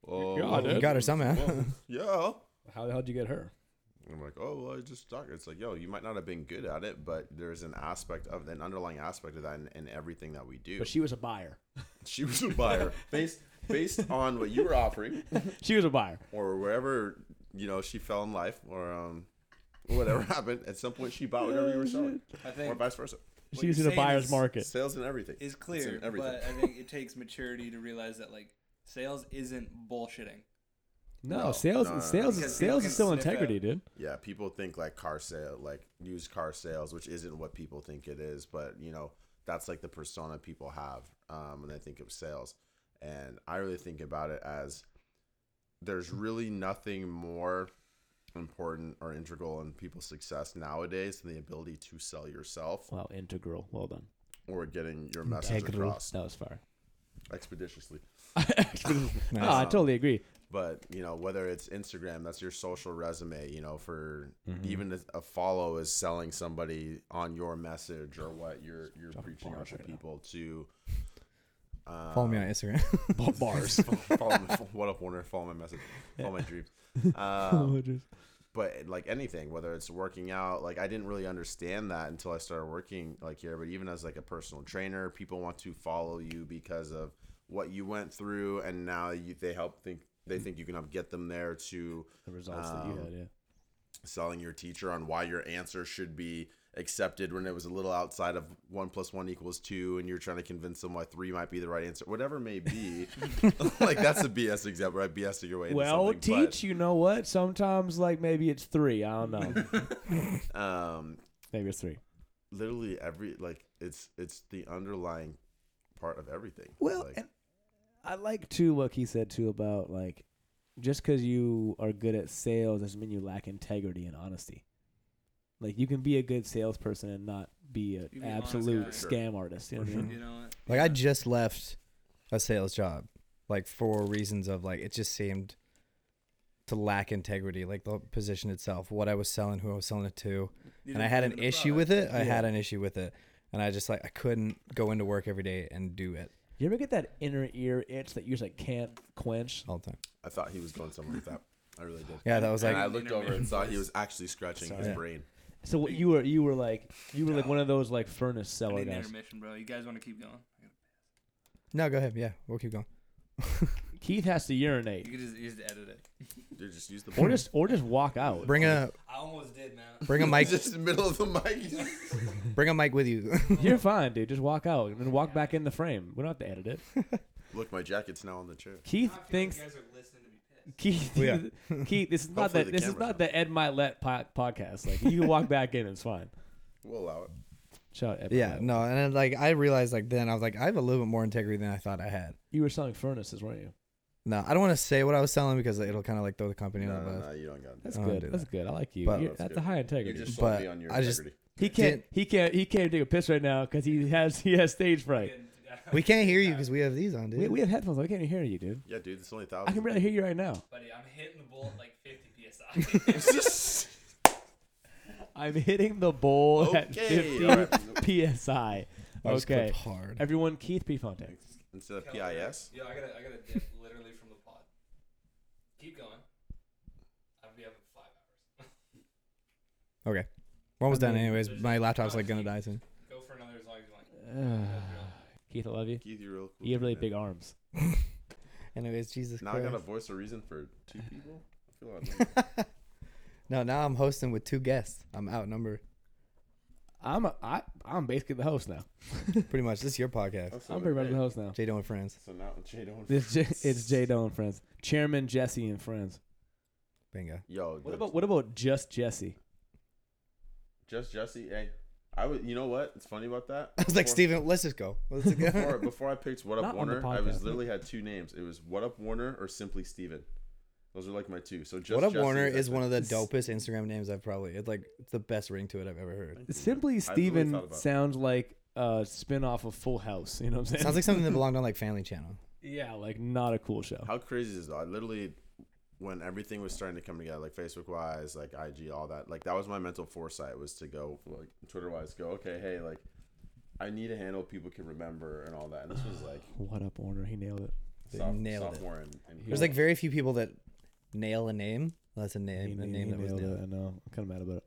Oh,
Yeah, I did.
You got her somehow.
yeah.
How the hell did you get her?
And I'm like, oh, well, I just stuck. It's like, yo, you might not have been good at it, but there's an aspect of an underlying aspect of that in, in everything that we do.
But she was a buyer.
She was a buyer based based on what you were offering
She was a buyer.
or wherever you know she fell in life or um whatever happened. At some point, she bought whatever you were selling,
I
or
think
vice versa.
what
she was
you're
in a
saying
buyer's
is-
market.
Sales and everything
is
It's
clear,
in
but I think it takes maturity to realize that like sales isn't bullshitting.
No,
No,
sales
no, no,
sales
no.
is sales is still
Because people can
integrity, dude.
Yeah, people think like car sale, like used car sales, which isn't what people think it is, but you know, that's like the persona people have um, when they think of sales. And I really think about it as there's really nothing more important or integral in people's success nowadays than the ability to sell yourself
Wow, integral. Well done.
or getting your message
Integral.
across
That was fire.
expeditiously.
No, Ah, I totally agree.
but you know whether it's instagram that's your social resume you know for even a- a follow is selling somebody on your message or what you're you're preaching out to people to
Follow
uh,
me on Instagram.
bars follow my, what up warner follow my message follow my dreams
Oh,
um, but like anything whether it's working out like i didn't really understand that until i started working like here but even as like a personal trainer people want to follow you because of what you went through and now you they help think they think you can help get them there to
The results that you
Um,
had, yeah.
selling your teacher on why your answer should be accepted when it was a little outside of one plus one equals two and you're trying to convince them why three might be the right answer whatever it may be like that's a bs example right bsing your way into
Well,
something, but,
teach, you know what? Sometimes like maybe it's three. I don't know.
um
maybe it's three.
literally every like it's it's the underlying part of everything
Well,
like,
and I like too what he said too about like just because you are good at sales doesn't mean you lack integrity and honesty. Like you can be a good salesperson and not be
You
an
be an honest
absolute
guy.
Sure.
scam artist. You know what Mm-hmm. I mean?
You know, what?
like I just left a sales job, like for reasons of like it just seemed to lack integrity, like the position itself, what I was selling, who I was selling it to,
You
and I
didn't
had
believe
an
in the
issue
product.
with it. I had
Yeah.
an issue with it, and I just like I couldn't go into work every day and do it
You ever get that inner ear itch that you just like can't quench?
all the time.
i thought he was going somewhere with that i really did
Yeah, that was
and
like
i
I,
looked over and saw he was actually scratching his
Sorry.
brain
So what you were you were like you were like one of those like furnace
I
seller
need an
guys.
intermission, bro. You guys want to keep going?
no, go ahead. Yeah, we'll keep going.
Keith has to
You
urinate
could just, you just edit it.
dude just use the
or just or just walk out.
Bring a
I almost did, man.
bring a mic
just in the middle of the mic
bring a mic with you.
You're fine, dude. Just walk out and then walk back in the frame. We don't have to edit it.
look my jacket's now on the chair
Keith thinks
you guys are listening to me pissed.
Keith,
Well,
Keith, this is not
Hopefully
the,
the
this is
camera's
not the Ed Milet po- podcast. Like you can walk back in, it's fine.
we'll allow it
Shout out Ed
yeah,
Milet.
no, and then, like I realized like then I was like I have a little bit more integrity than I thought I had.
you were selling furnaces, weren't you?
No, I don't want to say what I was selling because it'll kind of like throw the company
no,
out of
no,
us.
no, you don't got
That's
I don't
good.
do
Oh, That's
that.
good. I like you.
But-
You're-
That's
that's a
good.
high
You
integrity.
just
But
sold me on your
I just-
integrity.
he can't.
Didn't-
He can't. He can't take a piss right now because he has. He has stage fright.
We can't hear you because we have these on, dude.
We, we have headphones. I can't even hear you, dude.
Yeah, dude, it's only
I
thousand.
can barely hear you right now.
Buddy, I'm hitting the bull at like 50 psi.
I'm hitting the bowl at
Okay, all
50
right.
psi.
I was
Okay,
clipped hard.
everyone, Keith P. Fonte.
Instead of PIS,
Yo, I gotta, I gotta dip literally from the pod. Keep going. I'll be up in five hours.
Okay, one was done
mean-
anyways. My laptop's like gonna die soon.
Go for another as long as you want.
Keith, I love you.
Keith, you're real cool.
You have really
man.
big arms.
Anyways, Jesus
Now I
Christ.
gotta voice a reason for two people. I feel like
No, now I'm hosting with two guests. I'm outnumbered.
I'm a, I, I'm basically the host now.
Pretty much, this is your podcast.
I'm pretty much the host now.
Jay and friends.
So now Jay don't.
It's J- it's J Doe and friends. Chairman Jesse and friends.
Bingo.
Yo,
What
the-
about what about just Jesse?
just Jesse? Hey, I would. You know what? It's funny about that.
I was like,
Before-
Steven, let's just go. Let's just go.
Before, before I picked What Up
Not on the
Warner, I was
podcast.
literally had two names. It was What Up Warner or simply Steven. Those are like my two. So just
what up,
Jesse
Warner?
I
Is
think.
one of the dopest Instagram names I've probably. It's like it's the best ring to it I've ever heard.
Simply
thought
Steven
about it.
sounds like a spin off of Full House. You know what I'm saying?
Sounds like something that belonged on like Family Channel.
yeah, like not a cool show.
How crazy is that? I literally, when everything was starting to come together, like Facebook wise, like IG, all that, like that was my mental foresight was to go, like Twitter wise, go, okay, hey, like I need a handle people can remember and all that. And this was like
What up, Warner? He nailed it.
soph-
nailed it.
sophomore and, and
There's like very few people that nail a name That's a name, a
he,
name
he
that was
nailed
nailed.
it. I know. I'm kind of mad about it.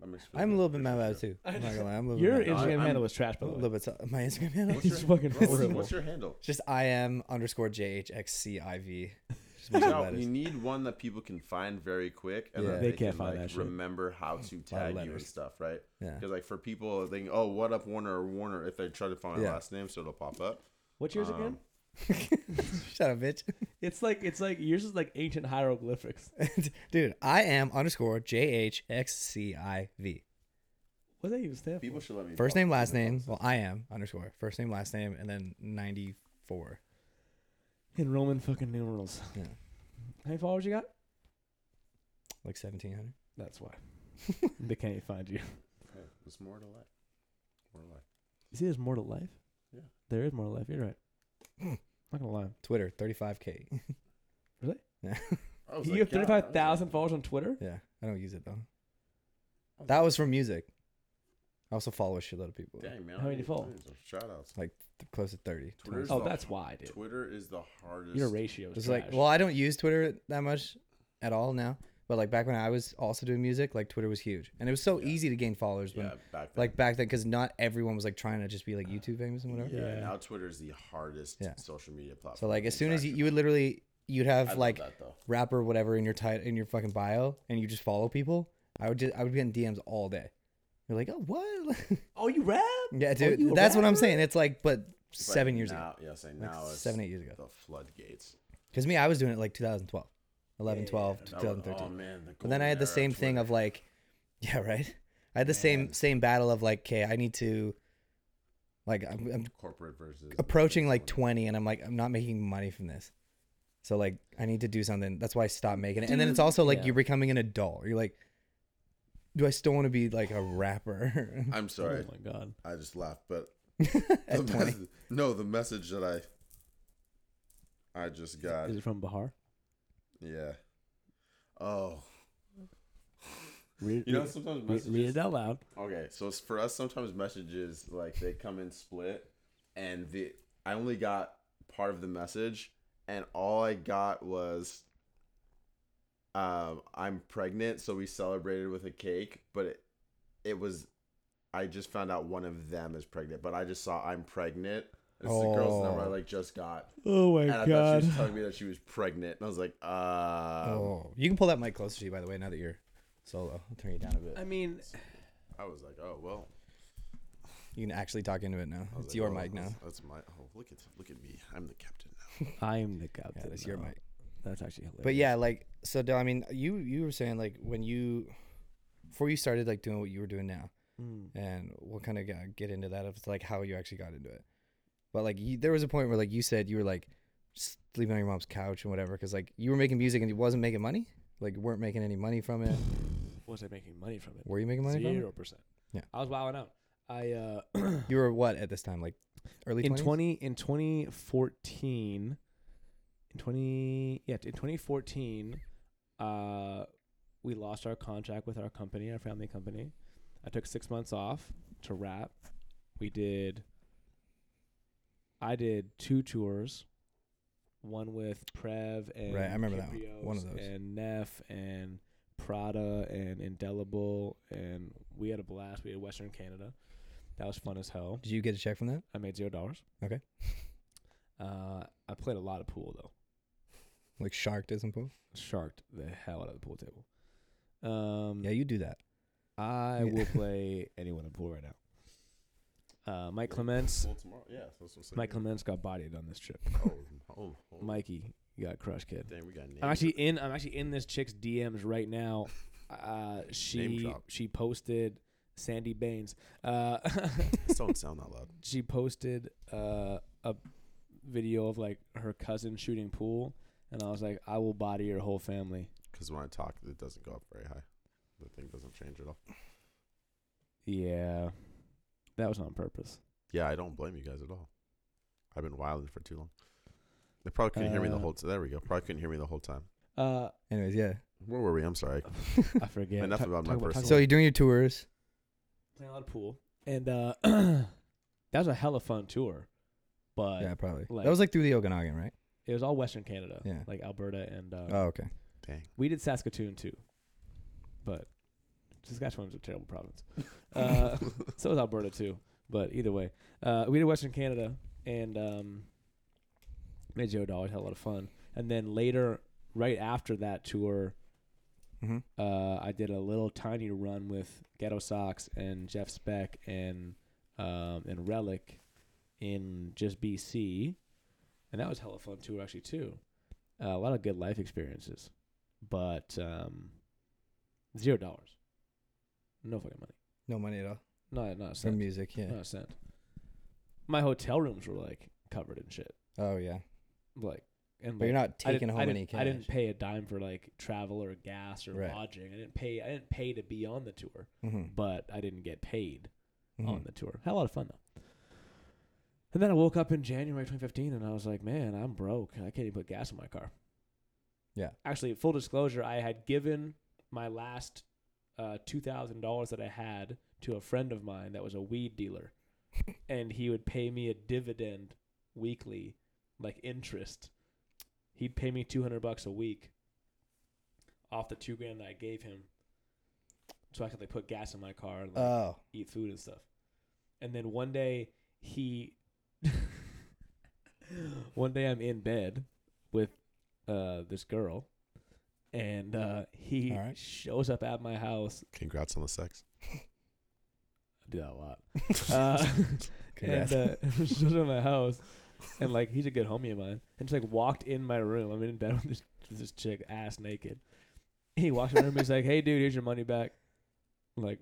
I'm, just
I'm a little bit
feeling
mad about it
sure.
too. I'm not gonna lie. I'm a little
Your
bit mad.
I-
Instagram
I'm-
handle was trash,
A
by the
little
way.
bit. so- My Instagram handle.
What's
It's
He's
your,
fucking
what's,
horrible.
what's your handle?
just I am underscore J H X C I V. Just
You,
bunch of
know,
letters.
you need one that people can find very quick, and
Yeah.
that
They
they,
can't
can
find
like
that shit.
remember how to tag you and
letters.
stuff, right?
Yeah.
Because like for people, they think, oh, what up Warner or Warner if they try to find my
Yeah.
last name, so it'll pop up.
What's yours
Um,
again?
Shut up, bitch.
It's like it's like yours is like ancient hieroglyphics.
Dude, I am underscore J H X C I V.
What does that even stand for?
People should let me.
First
pop
name,
up
last
in the
name.
box.
Well, I am underscore first name, last name, and then ninety four.
In Roman fucking numerals.
Yeah,
How many followers you got?
like seventeen hundred.
That's why they can't find you.
Hey, there's more to life. More to life.
You see, there's more to life.
Yeah.
There is more to life. You're right. I'm not gonna lie.
Twitter thirty five k.
I was
You
like,
have
God,
thirty-five thousand
that
followers on Twitter.
Yeah, I don't use it though.
was-
That was for music. I also follow a shitload of people.
Dang man,
How
I
many
need
follow?
tons of Shout outs.
Like th- close to thirty.
Twitter's
Oh,
the-
that's why, dude.
Twitter is the hardest.
Your ratio is
It's
trash.
like, well, I don't use Twitter that much at all now. But like back when I was also doing music, like Twitter was huge, and it was so
Yeah.
easy to gain followers. When,
yeah, back then.
Like back then, because not everyone was like trying to just be like YouTube famous and whatever.
yeah,
Yeah.
Now Twitter is the hardest
Yeah.
social media platform.
So like
to
as soon as you,
interact
you would literally you'd have
with. I love
like
that, though.
rapper whatever in your title in your fucking bio and you just follow people. I would just I would be in DMs all day. You're like, oh what?
oh, you rap?
yeah,
Oh,
dude.
you a
that's what I'm
rapper?
saying. It's like, but
It's like
seven years ago,
now, ago. Yeah, say
like
now it's
seven eight years ago.
the floodgates.
Because me, I was doing it like 2012, 11, 12,
That was-
2013.
oh man, the
but then I had the same thing of like, yeah, right. I had the same same battle of like, okay, I need to, like, I'm, I'm
corporate versus
approaching like 20 and i'm like i'm not making money from this so like i need to do something that's why i stopped making it and then it's also like
Yeah.
you're becoming an adult you're like do i still want to be like a rapper
I'm sorry,
Oh my god.
I just laughed, but the
at 20
mes- no, the message that I I just got,
Is it from Bihar?
yeah. Oh,
Read,
you know
read-
sometimes
read- read
messages.
it out loud.
Okay, so it's for us sometimes messages like they come in split, and the I only got part of the message, and all I got was, um, I'm pregnant, so we celebrated with a cake, but it, it was, I just found out one of them is pregnant, but I just saw I'm pregnant. It's the girl's number I
Oh.
like just got,
Oh
and
my
I thought
god.
she was telling me that she was pregnant, and I was like, uh,
oh you can pull that mic closer to you by the way now that you're solo i'll turn you down a bit
I mean,
I was like, oh well,
you can actually talk into it now
I was
it's
like,
your
well,
mic now
That's, that's my. Oh look at look at me, I'm the captain now.
I'm the captain.
yeah that's your
now.
mic
That's actually hilarious.
but yeah like so Del, i mean you you were saying like when you before you started like doing what you were doing now
Mm.
and we'll kind of get into that of like how you actually got into it. But like you, there was a point where like you said you were like sleeping on your mom's couch and whatever because like you were making music and you wasn't making money, like you weren't making any money from it.
Was I making money from it?
Were you making money from
Zero percent.
Yeah.
I was wilding out. I uh,
it? You were what at this time, like early
in
20s?
twenty in twenty fourteen, in twenty yeah in twenty fourteen, uh, we lost our contract with our company, our family company. I took six months off to rap. We did. I did two tours, one with Prev and
Right, I remember that one. One of
Kyprios
those.
and Neff and Prada and Indelible, and we had a blast. We had Western Canada. That was fun as hell.
Did you get a check from that?
I made zero dollars.
Okay.
Uh, I played a lot of pool though.
Like shark doesn't pull.
Sharked the hell out of the pool table. Um,
Yeah, you do that.
I
Yeah.
will play anyone in pool right now. Uh, Mike Clements.
Well, tomorrow, yeah. So that's what I'm saying.
Mike Clements got bodied on this trip.
Oh, oh, oh.
Mikey got crushed, kid.
Dang, we got names.
I'm actually in. I'm actually in this chick's DMs right now. Uh, she
drop.
she posted Sandy Baines. Uh,
don't sound that loud.
she posted uh, a video of like her cousin shooting pool, and I was like, I will body your whole family.
Because when I talk, it doesn't go up very high. The thing doesn't change at all.
Yeah, that was on purpose.
Yeah, I don't blame you guys at all. I've been wilding for too long. They probably couldn't hear me the
Uh,
whole. T- there we go. Probably couldn't hear me the whole time.
Uh,
Anyways, yeah.
Where were we? I'm sorry.
I forget.
Enough
Ta-
about my
talk talk
personal
So you're doing your tours.
playing a lot of pool, and uh, that was a hella fun tour, but
yeah, probably.
like-
that was like through the Okanagan, right?
it was all Western Canada,
Yeah.
like Alberta and uh,
Oh, okay.
Dang.
We did Saskatoon too, but Saskatchewan's a terrible province. Uh, so is Alberta too. But either way, uh, we did Western Canada and um, made Joe Dollar had a lot of fun. And then later, right after that tour,
Mm-hmm.
uh, I did a little tiny run with Ghetto Socks and Jeff Speck and um, and Relic in just BC, and that was hella fun too. Actually, too, uh, a lot of good life experiences, but um, zero dollars, no fucking money,
No money at all
not not a
for
cent,
music. Yeah.
not a cent. My hotel rooms were like covered in shit,
Oh yeah.
like and
But you're
like,
not
I
taking
didn't-
home
I
any
didn't-
cash.
I didn't pay a dime for like travel or gas or
Right.
lodging. I didn't pay. I didn't pay to be on the tour,
Mhm.
but I didn't get paid
Mhm.
on the tour. Had a lot of fun though. And then I woke up in January 2015, and I was like, "Man, I'm broke. I can't even put gas in my car."
Yeah.
Actually, full disclosure, I had given my last uh, two thousand dollars that I had to a friend of mine that was a weed dealer, and he would pay me a dividend weekly, like interest. He'd pay me two hundred bucks a week off the two grand that I gave him, so I could like put gas in my car. and, Like,
Oh.
eat food and stuff. And then one day he one day I'm in bed with uh this girl and uh he
All right.
shows up at my house.
Congrats on the sex.
I do that a lot. Uh, and
Congrats.
uh, shows up at my house and like he's a good homie of mine. And just like walked in my room. I'm in bed with this with this chick ass naked. He walks in my room he's like, Hey dude, here's your money back. I'm like,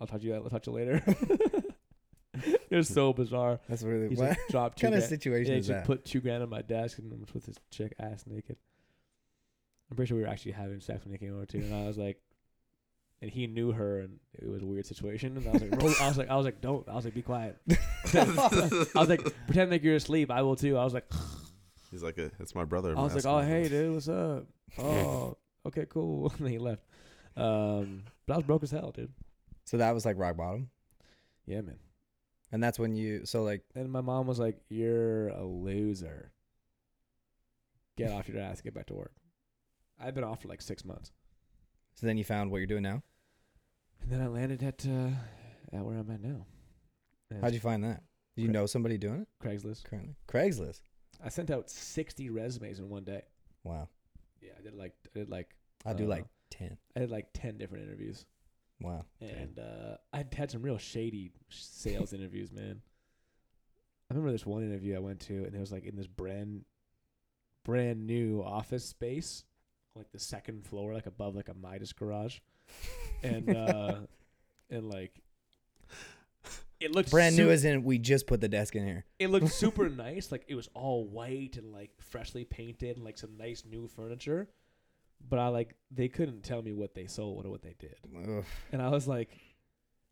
I'll touch you I'll touch you later. it was so bizarre.
That's really
He
what
just dropped two
kind of
grand.
situation
Yeah, he
is
just
that?
put two grand on my desk and was with this chick ass naked. I'm pretty sure we were actually having sex when he came over too, and I was like, and he knew her, and it was a weird situation. And I was like, roll, I was like, I was like, don't. I was like, be quiet. I was like, pretend like you're asleep. I will too. I was like,
He's like, a, it's my brother.
I was like, oh hey dude, what's up? Oh, okay, cool. And then he left. Um, but I was broke as hell, dude.
so that was like rock bottom,
Yeah, man.
and that's when you. So like
And my mom was like, "You're a loser. Get off your ass. Get back to work." I've been off for like six months,
so then you found what you're doing now.
and then I landed at uh, at where I'm at now. And
How'd you find that? Do you
Cra-
know somebody doing it
Craigslist?
currently? Craigslist.
I sent out sixty resumes in one day.
Wow.
Yeah, I did like I did like
I do
Uh,
like ten.
I did like ten different interviews,
Wow.
and uh, I had some real shady sh- sales interviews, man. I remember this one interview I went to, and it was like in this brand brand new office space, like the second floor, like above like a Midas garage. and uh and like it looked
Brand new
su-
as in we just put the desk in here.
it looked super nice like it was all white and like freshly painted and like some nice new furniture but i like they couldn't tell me what they sold or what they did
Ugh.
and i was like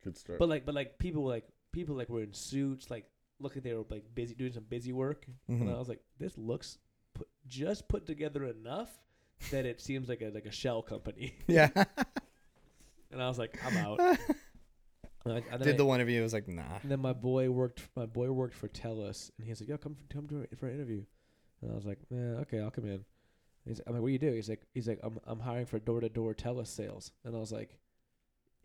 Good start.
but like but like people were like people like were in suits like look like they were like busy doing some busy work and i
Mhm.
was like this looks put, just put together enough that it seems like a like a shell company
Yeah.
and i was like i'm out And I- and then I-
Did the one of you was like, nah.
And then my boy worked. My boy worked for Telus, and he's like, "Yo, come for, come to for an interview." And I was like, "Yeah, okay, I'll come in." And He's, I'm like, "What do you do?" He's like, "He's like, I'm I'm hiring for door to door Telus sales." And I was like,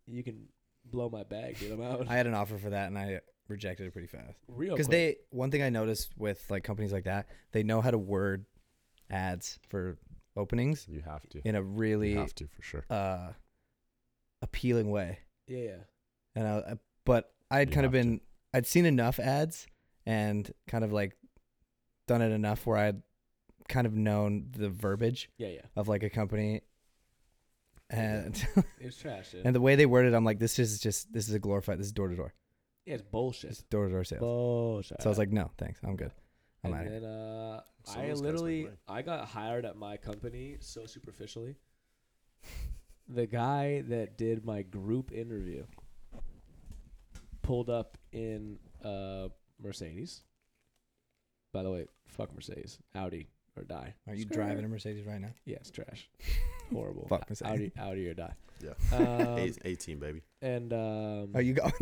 "You can blow my bag, dude. I'm out."
I had an offer for that and I rejected it pretty fast.
Oh,
Real
Because
quick.
they one thing I noticed with like companies like that, they know how to word ads for openings
you have to.
in a
You
really
have to for sure.
uh appealing way.
yeah, yeah.
And I, I- but I'd
You
kind of
have to.
been I'd seen enough ads and kind of like done it enough where I'd kind of known the verbiage
yeah, yeah,
of like a company and
It was trash. Dude.
and the way they worded I'm like this is just this is a glorified this is door to door.
yeah, it's bullshit.
It's door to door sales.
bullshit.
uh,
So I was like, no, thanks. I'm good. I'm
and
out of here.
then uh,
Some of
I
those guys make
literally
money.
I got hired at my company so superficially. the guy that did my group interview pulled up in uh, Mercedes. By the way, fuck Mercedes, Audi or die.
Are you driving a Mercedes right now?
Yeah, it's trash. Horrible.
Fuck
A-
Mercedes.
Audi, Audi or die.
Yeah.
Um,
A- 18, baby.
and um,
Are you going?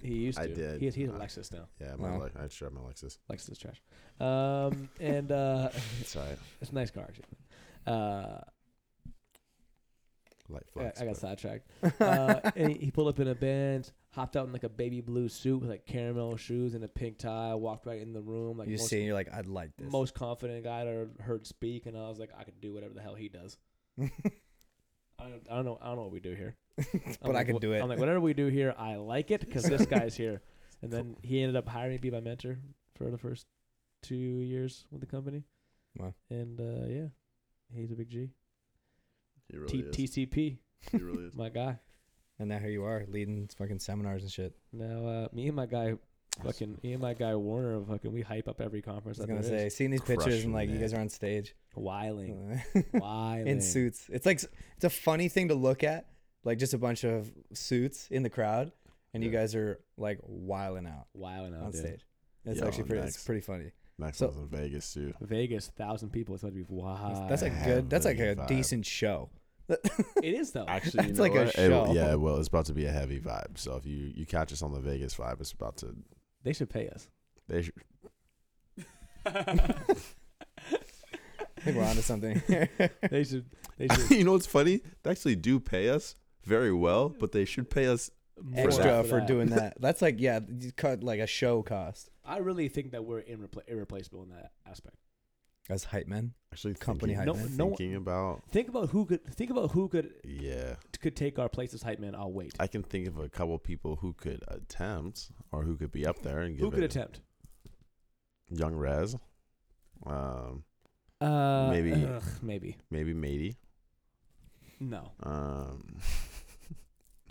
he used to.
I did. Uh,
He's, he's a
I-
Lexus now.
Yeah, my
Wow.
Le- I drive my Lexus.
Lexus is trash. Um, and uh,
It's all right.
It's a nice car, actually. Uh,
light
I,
flex.
I got
but-
sidetracked. Uh, and he- he pulled up in a band, hopped out in like a baby blue suit with like caramel shoes and a pink tie, walked right in the room like
you
most,
see, and you're like, I'd like this.
most confident guy I ever heard speak, and I was like, I could do whatever the hell he does. I don't, I don't know. I don't know what we do here, I'm
but I
like,
could
"Wha-
do it.
I'm like, whatever we do here, I like it because this guy's here. And then he ended up hiring me to be my mentor for the first two years with the company.
Wow.
And uh, yeah, he's a big G.
He really
T-
is.
TCP,
He really is.
my guy.
and now here you are leading fucking seminars and shit.
Now, uh, me and my guy, fucking, me and my guy Warner, fucking, we hype up every
I
conference.
was
that
gonna
there
say,
is.
seeing these pictures
Crushing
and like you
it.
guys are on stage
Wiling.
in
Wiling.
suits. It's like s- it's a funny thing to look at, like just a bunch of suits in the crowd, and you
Yeah. Oh,
guys are like wiling out
Wiling out,
on
dude.
stage. It's
Yo,
actually pretty. It's
next.
pretty funny.
Max
So-
was in Vegas too.
Vegas, thousand people. It's about to be wild.
That's, that's a good. That's like a
Heavy vibe.
decent show.
It is though.
Actually,
That's
you know
like a
what? It-
show.
yeah, well, it's about to be a heavy vibe. So if you you catch us on the Vegas vibe, it's about to.
They should pay us.
They should,
I think we're onto something.
They should. They should.
you know what's funny? They actually do pay us very well, but they should pay us.
more
Extra
that.
for
that.
doing that. That's like yeah, you cut like a show cost
I really think that we're irrepla- irreplaceable in that aspect.
as hype men.
Actually,
Company
thinking,
hype
No-
man.
no-
thinking about
Think about who could. Think about who could
yeah,
could take our place as hype man. I'll wait.
I can think of a couple people who could attempt or who could be up there and give
who could
it.
attempt?
Young Rez, um,
Uh,
Maybe-
ugh, maybe.
maybe Matey.
No.
Um,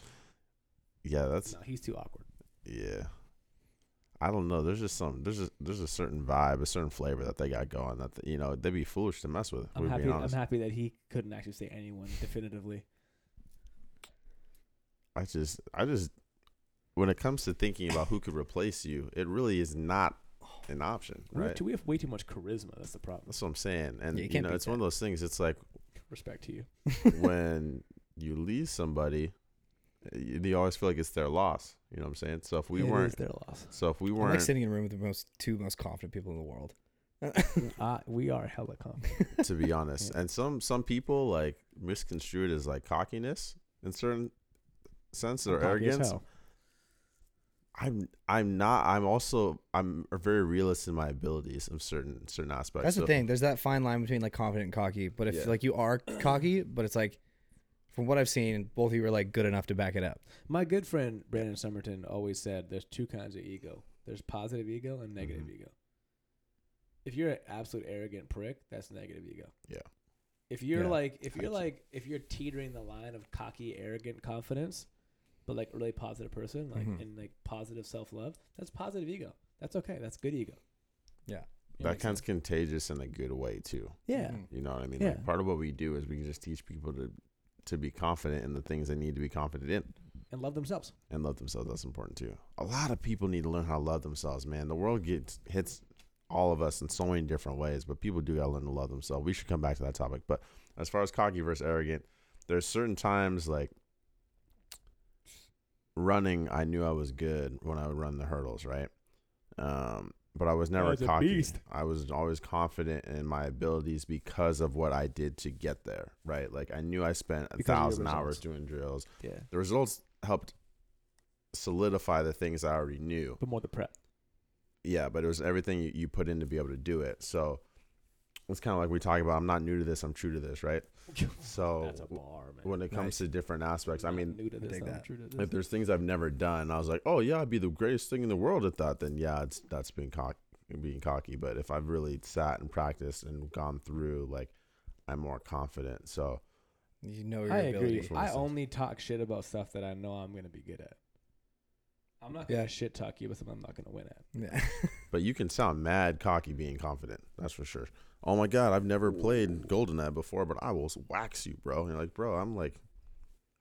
yeah, that's
No, he's too awkward.
Yeah. I don't know. There's just some. There's a there's a certain vibe, a certain flavor that they got going. That you know they'd be foolish to mess with.
I'm
we're
happy.
being
I'm
honest.
happy that he couldn't actually say anyone definitively.
I just I just when it comes to thinking about who could replace you, it really is not an option,
We, have
right?
too, we have way too much charisma. That's the problem.
That's what I'm saying. And
you
you,
can't
know,
beat
it's one of
that.
those things. It's like
Respect to you.
when you leave somebody, you, you always feel like it's their loss. You know what I'm saying? So if we
It is
weren't,
their loss.
so if we
I'm like
weren't
sitting in a room with the most two most confident people in the world.
Uh, we are hella confident.
to be honest. And some some people like misconstrued as like cockiness in certain sense or
I'm cocky as
arrogance.
hell.
I'm I'm not. I'm also I'm a very realist in my abilities of certain certain aspects.
That's the
So
thing. There's that fine line between like confident and cocky. But if
Yeah.
like you are cocky, but it's like from what I've seen, both of you are like good enough to back it up.
My good friend Brandon Summerton always said there's two kinds of ego. There's positive ego and negative
Mhm.
ego. If you're an absolute arrogant prick, that's negative ego.
Yeah.
If you're
Yeah,
like if you're
I'd say.
like if you're teetering the line of cocky, arrogant confidence, but like a really positive person, like
Mm-hmm.
Mhm.
and like positive self love, that's positive ego. That's okay. That's good ego. You
Yeah.
know
That
what I'm
kind's Mm-hmm. contagious in a good way too.
saying? Yeah.
Mhm.
You know what I mean?
Yeah.
Like part of what we do is we can just teach people to to be confident in the things they need to be confident in
And love themselves.
and love themselves. That's important too. A lot of people need to learn how to love themselves, man. The world gets hits all of us in so many different ways, but people do gotta learn to love themselves. We should come back to that topic. But as far as cocky versus arrogant, there's certain times like running, I knew I was good when I would run the hurdles, right? Um, but I was never
was a
cocky.
beast.
I was always confident in my abilities because of what I did to get there, right? Like I knew I spent a
Because of your
thousand hours
results.
doing drills
Yeah.
the results helped solidify the things I already knew.
But more the prep.
Yeah, but it was everything you, you put in to be able to do it. So it's kind of like we talk about I'm not new to this, I'm true to this, right? So
that's a
w-
bar, man.
Oh, when it comes
Nice.
to different aspects, I
Not
mean,
new to
I
this,
dig
not
that.
true to this.
if there's things I've never done, I was like, oh yeah, I'd be the greatest thing in the world at that. Then yeah, it's that's being cock being cocky. But if I've really sat and practiced and gone through, like, I'm more confident. So
You know your
I
ability.
agree.
That's what I'm
I
saying.
only talk shit about stuff that I know I'm gonna be good at. I'm not gonna
Yeah.
shit talk you about something I'm not gonna win at.
Yeah.
But you can sound mad cocky being confident. That's for sure. Oh my God, I've never played Goldeneye before, but I will wax you, bro. And you're like, bro, I'm like,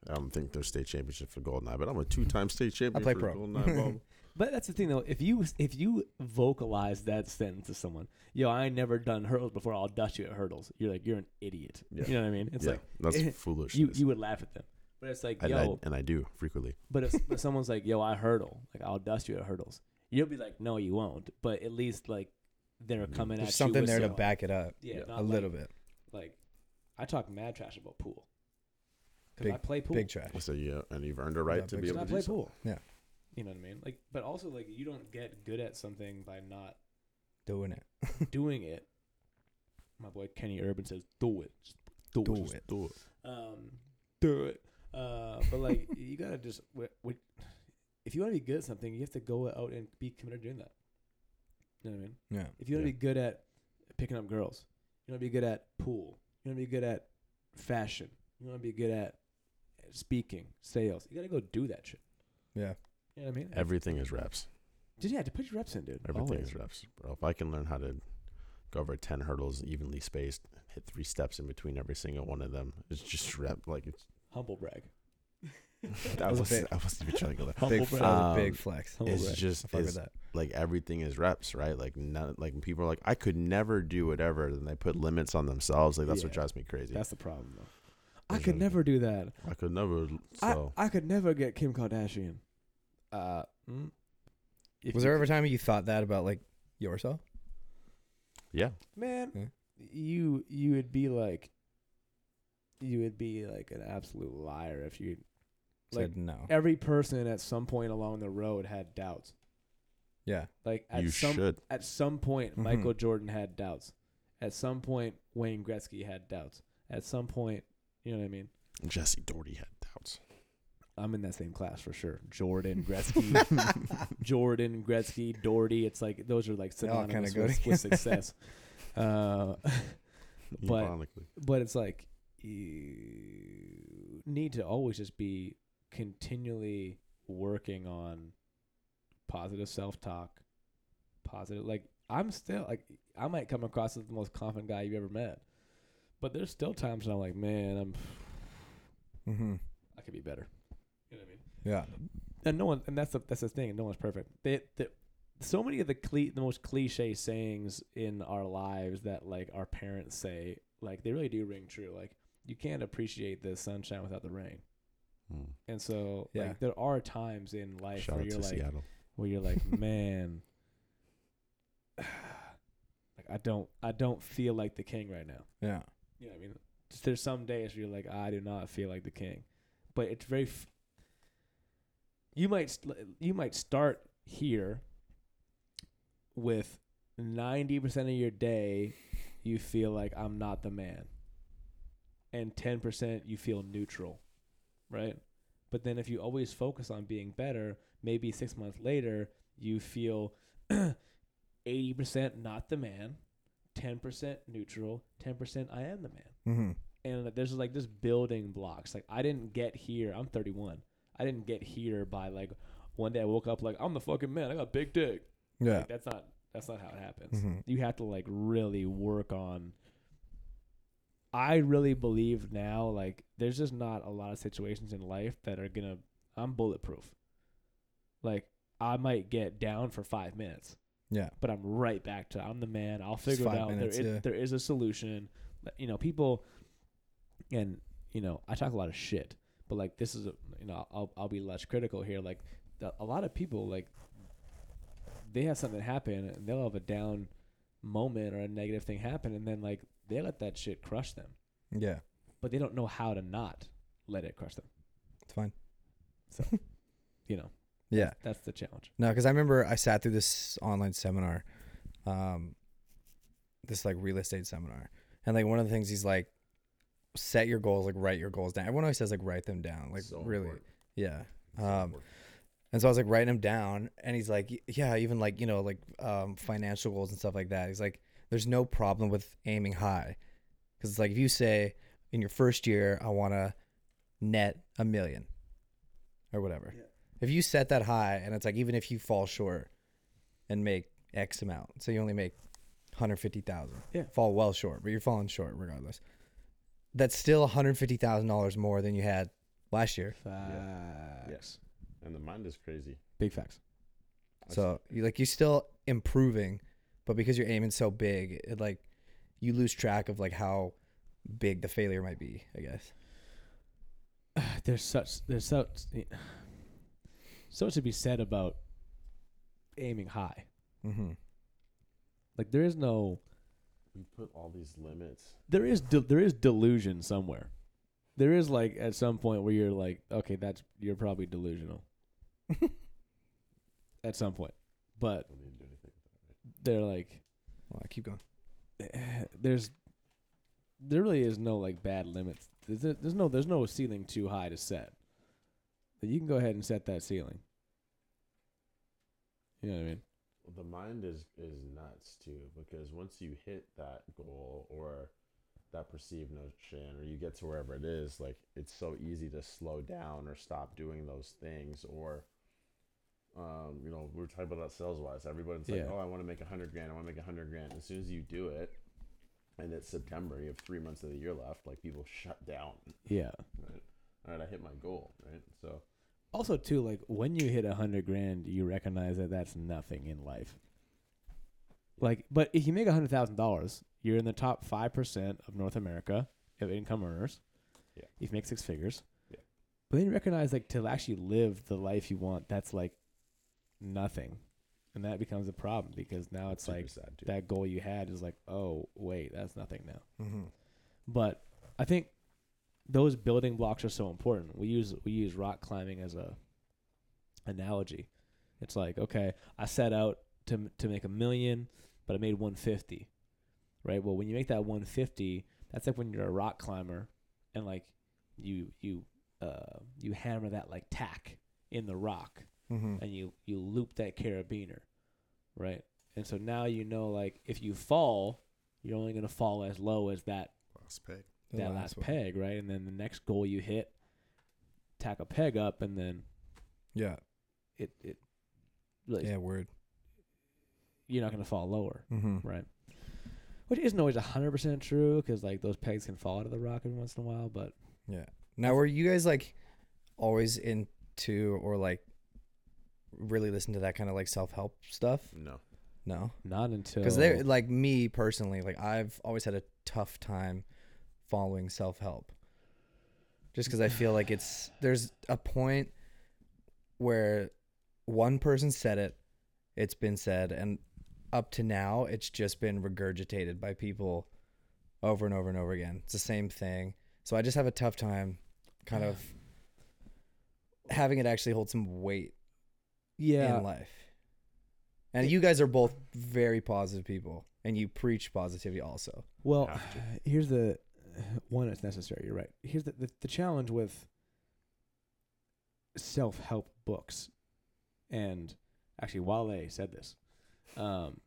I don't think there's state championship for Goldeneye, but I'm a two time state champion
play
for
pro.
Goldeneye. bro.
But that's the thing though. If you if you vocalize that sentence to someone, yo, I ain't never done hurdles before. I'll dust you at hurdles. You're like, you're an idiot.
Yeah.
You know what I mean? It's
yeah,
like
that's foolish.
you you would laugh at them. But it's like,
and,
yo.
I, and I do frequently.
But if but someone's like, yo, I hurdle. Like I'll dust you at hurdles. You'll be like, no, you won't. But at least like they're coming at
Mm-hmm. There's
you
something
with
there to
some-
back it up
Yeah,
Yeah.
not
a
like-
little bit.
like I talk mad trash about pool. 'Cause because I play pool.
Big trash.
So you and you've earned a right
Yeah,
to
big
be
Because
able
I
to
play
do so.
pool.
Yeah.
You know what I mean? Like, but also like you don't get good at something by not
Doing it.
doing it. My boy Kenny Urban says, "Do it, Just do,
Do
it, Just
it.
do it, um, do it." Uh, but like you gotta just w- w- if you want to be good at something, you have to go out and be committed to doing that. You know what I mean?
Yeah.
If you want to
Yeah.
be good at picking up girls, you want to be good at pool, you want to be good at fashion, you want to be good at speaking, sales. You gotta go do that shit.
Yeah.
You know what I mean?
Everything is reps.
Did yeah, to put your reps in, dude.
Everything
Always.
is reps, bro. If I can learn how to go over ten hurdles evenly spaced, hit three steps in between every single one of them, it's just rep. Like it's
Humble brag.
I
was a
was
big-
I wasn't even trying to go there.
Humble
Big,
brag.
that was a big
Um,
flex.
Humble
It's
brag.
just
I fuck with
it's,
that.
like everything is reps, right? Like none, like people are like, I could never do whatever, and they put limits on themselves. Like that's what
Yeah.
drives me crazy.
That's the problem, though. I
There's
could
other
never do that.
I could never. So
I, I could never get Kim Kardashian. Uh, mm, if
Was
you
there ever a
could-
time you thought that about like yourself?
yeah,
man?
Yeah.
You you would be like, you would be like an absolute liar if you. Like
Said no.
every person at some point along the road had doubts.
Yeah.
Like at
you
some
should.
at some point
Mhm.
Michael Jordan had doubts. At some point Wayne Gretzky had doubts. At some point, you know what I mean.
Jesse Doherty had doubts.
I'm in that same class for sure. Jordan Gretzky, Jordan, Gretzky, Doherty. It's like those are like
They all kinda
synonymous
go
with, with
together.
success. uh, But-
Ironically,
but it's like you need to always just be continually working on positive self-talk, positive. Like I'm still like I might come across as the most confident guy you've ever met, but there's still times when I'm like, man, I'm
hmm
I could be better. You know what I mean?
Yeah.
and no one and that's the that's the thing no one's perfect they, the so many of the cle- the most cliche sayings in our lives that like our parents say like they really do ring true like you can't appreciate the sunshine without the rain
Hmm.
and so
Yeah.
like there are times in life
shout
where
out
you're
to
like
Seattle.
where you're like man like i don't i don't feel like the king right now
Yeah.
you know what I mean? Just there's some days where you're like, I do not feel like the king, but it's very. F- you might st- you might start here with ninety percent of your day, you feel like I'm not the man, and ten percent you feel neutral, right? But then if you always focus on being better, maybe six months later you feel eighty percent not the man, ten percent neutral, ten percent I am the man
Mm-hmm.
and that there's like just building blocks. Like I didn't get here. I'm 31. I didn't get here by like one day I woke up like I'm the fucking man. I got a big dick.
Yeah.
Like, that's not that's not how it happens.
Mm-hmm.
You have to like really work on. I really believe now like there's just not a lot of situations in life that are gonna. I'm bulletproof. Like I might get down for five minutes
Yeah.
but I'm right back to I'm the man. I'll figure it
five
out.
minutes,
there, is,
yeah.
there is a solution. But, You know, people, and you know, I talk a lot of shit, but like this is a, you know, I'll I'll be less critical here. Like the, a lot of people, like they have something happen and they'll have a down moment or a negative thing happen, and then like they let that shit crush them,
Yeah.
but they don't know how to not let it crush them.
It's fine.
You know,
Yeah.
that's the challenge.
No, because I remember I sat through this online seminar, um, this like real estate seminar, and like one of the things he's like, set your goals, like write your goals down. Everyone always says like write them down, like
So
really,
important.
yeah.
So
Um,
important.
and so I was like writing them down, and he's like, y- yeah, even like you know like um, financial goals and stuff like that. He's like, there's no problem with aiming high, because it's like if you say in your first year I want to net a million, or whatever. If you set that high, and it's like even if you fall short, and make X amount, so you only make hundred fifty thousand,
Yeah.
fall well short, but you're falling short regardless. That's still one hundred fifty thousand dollars more than you had last year.
Facts.
Yes. and the mind is crazy.
Big facts.
I
So you like you're still improving, but because you're aiming so big, it like you lose track of like how big the failure might be. I guess.
there's such there's such so much to be said about aiming high.
Mm-hmm.
Like there is no
We put all these limits.
there is de- there is delusion somewhere. There is like at some point where you're like, okay, that's you're probably delusional. at some point, but
I didn't do anything.
they're like,
Well, I keep going.
there's there really is no like bad limits. There's, there's no there's no ceiling too high to set. But you can go ahead and set that ceiling. You know what I mean?
Well, the mind is is nuts too because once you hit that goal or that perceived notion or you get to wherever it is like it's so easy to slow down or stop doing those things or um, you know we were talking about that sales wise everybody's like
Yeah.
oh i want to make a hundred grand i want to make a hundred grand as soon as you do it and it's september you have three months of the year left like people shut down
Yeah.
right all right i hit my goal right so
Also, too, like when you hit a hundred grand, you recognize that that's nothing in life. Like, but if you make a hundred thousand dollars, you're in the top five percent of North America of income earners.
Yeah.
If you make six figures.
Yeah.
But then you recognize like to actually live the life you want, that's like nothing, and that becomes a problem because now it's
super
like
sad too.
that goal you had is like, oh wait, that's nothing now.
Mm-hmm.
But I think those building blocks are so important. We use we use rock climbing as a analogy. It's like, okay, I set out to to make a million, but I made 150. Right? Well, when you make that 150, that's like when you're a rock climber and like you you uh you hammer that like tack in the rock
Mm-hmm.
and you you loop that carabiner, right? And so now you know like if you fall, you're only going to fall as low as that
last peg
that last, peg, right? And then the next goal you hit, tack a peg up, and then
Yeah.
it it really
Yeah. Word.
you're not gonna fall lower,
Mm-hmm.
right? Which isn't always hundred percent true because like those pegs can fall out of the rock every once in a while, but
Yeah. Now, were you guys like always into or like really listen to that kind of like self help stuff?
no
No.
not until
because they like me personally like i've always had a tough time following self-help just because i feel like it's there's a point where one person said it it's been said and up to now it's just been regurgitated by people over and over and over again it's the same thing so i just have a tough time kind of having it actually hold some weight
yeah,
in life. And you guys are both very positive people, and you preach positivity also.
Well,
Have
here's the one that's necessary. You're right. Here's the the, the challenge with self help books, and actually Wale said this. Um,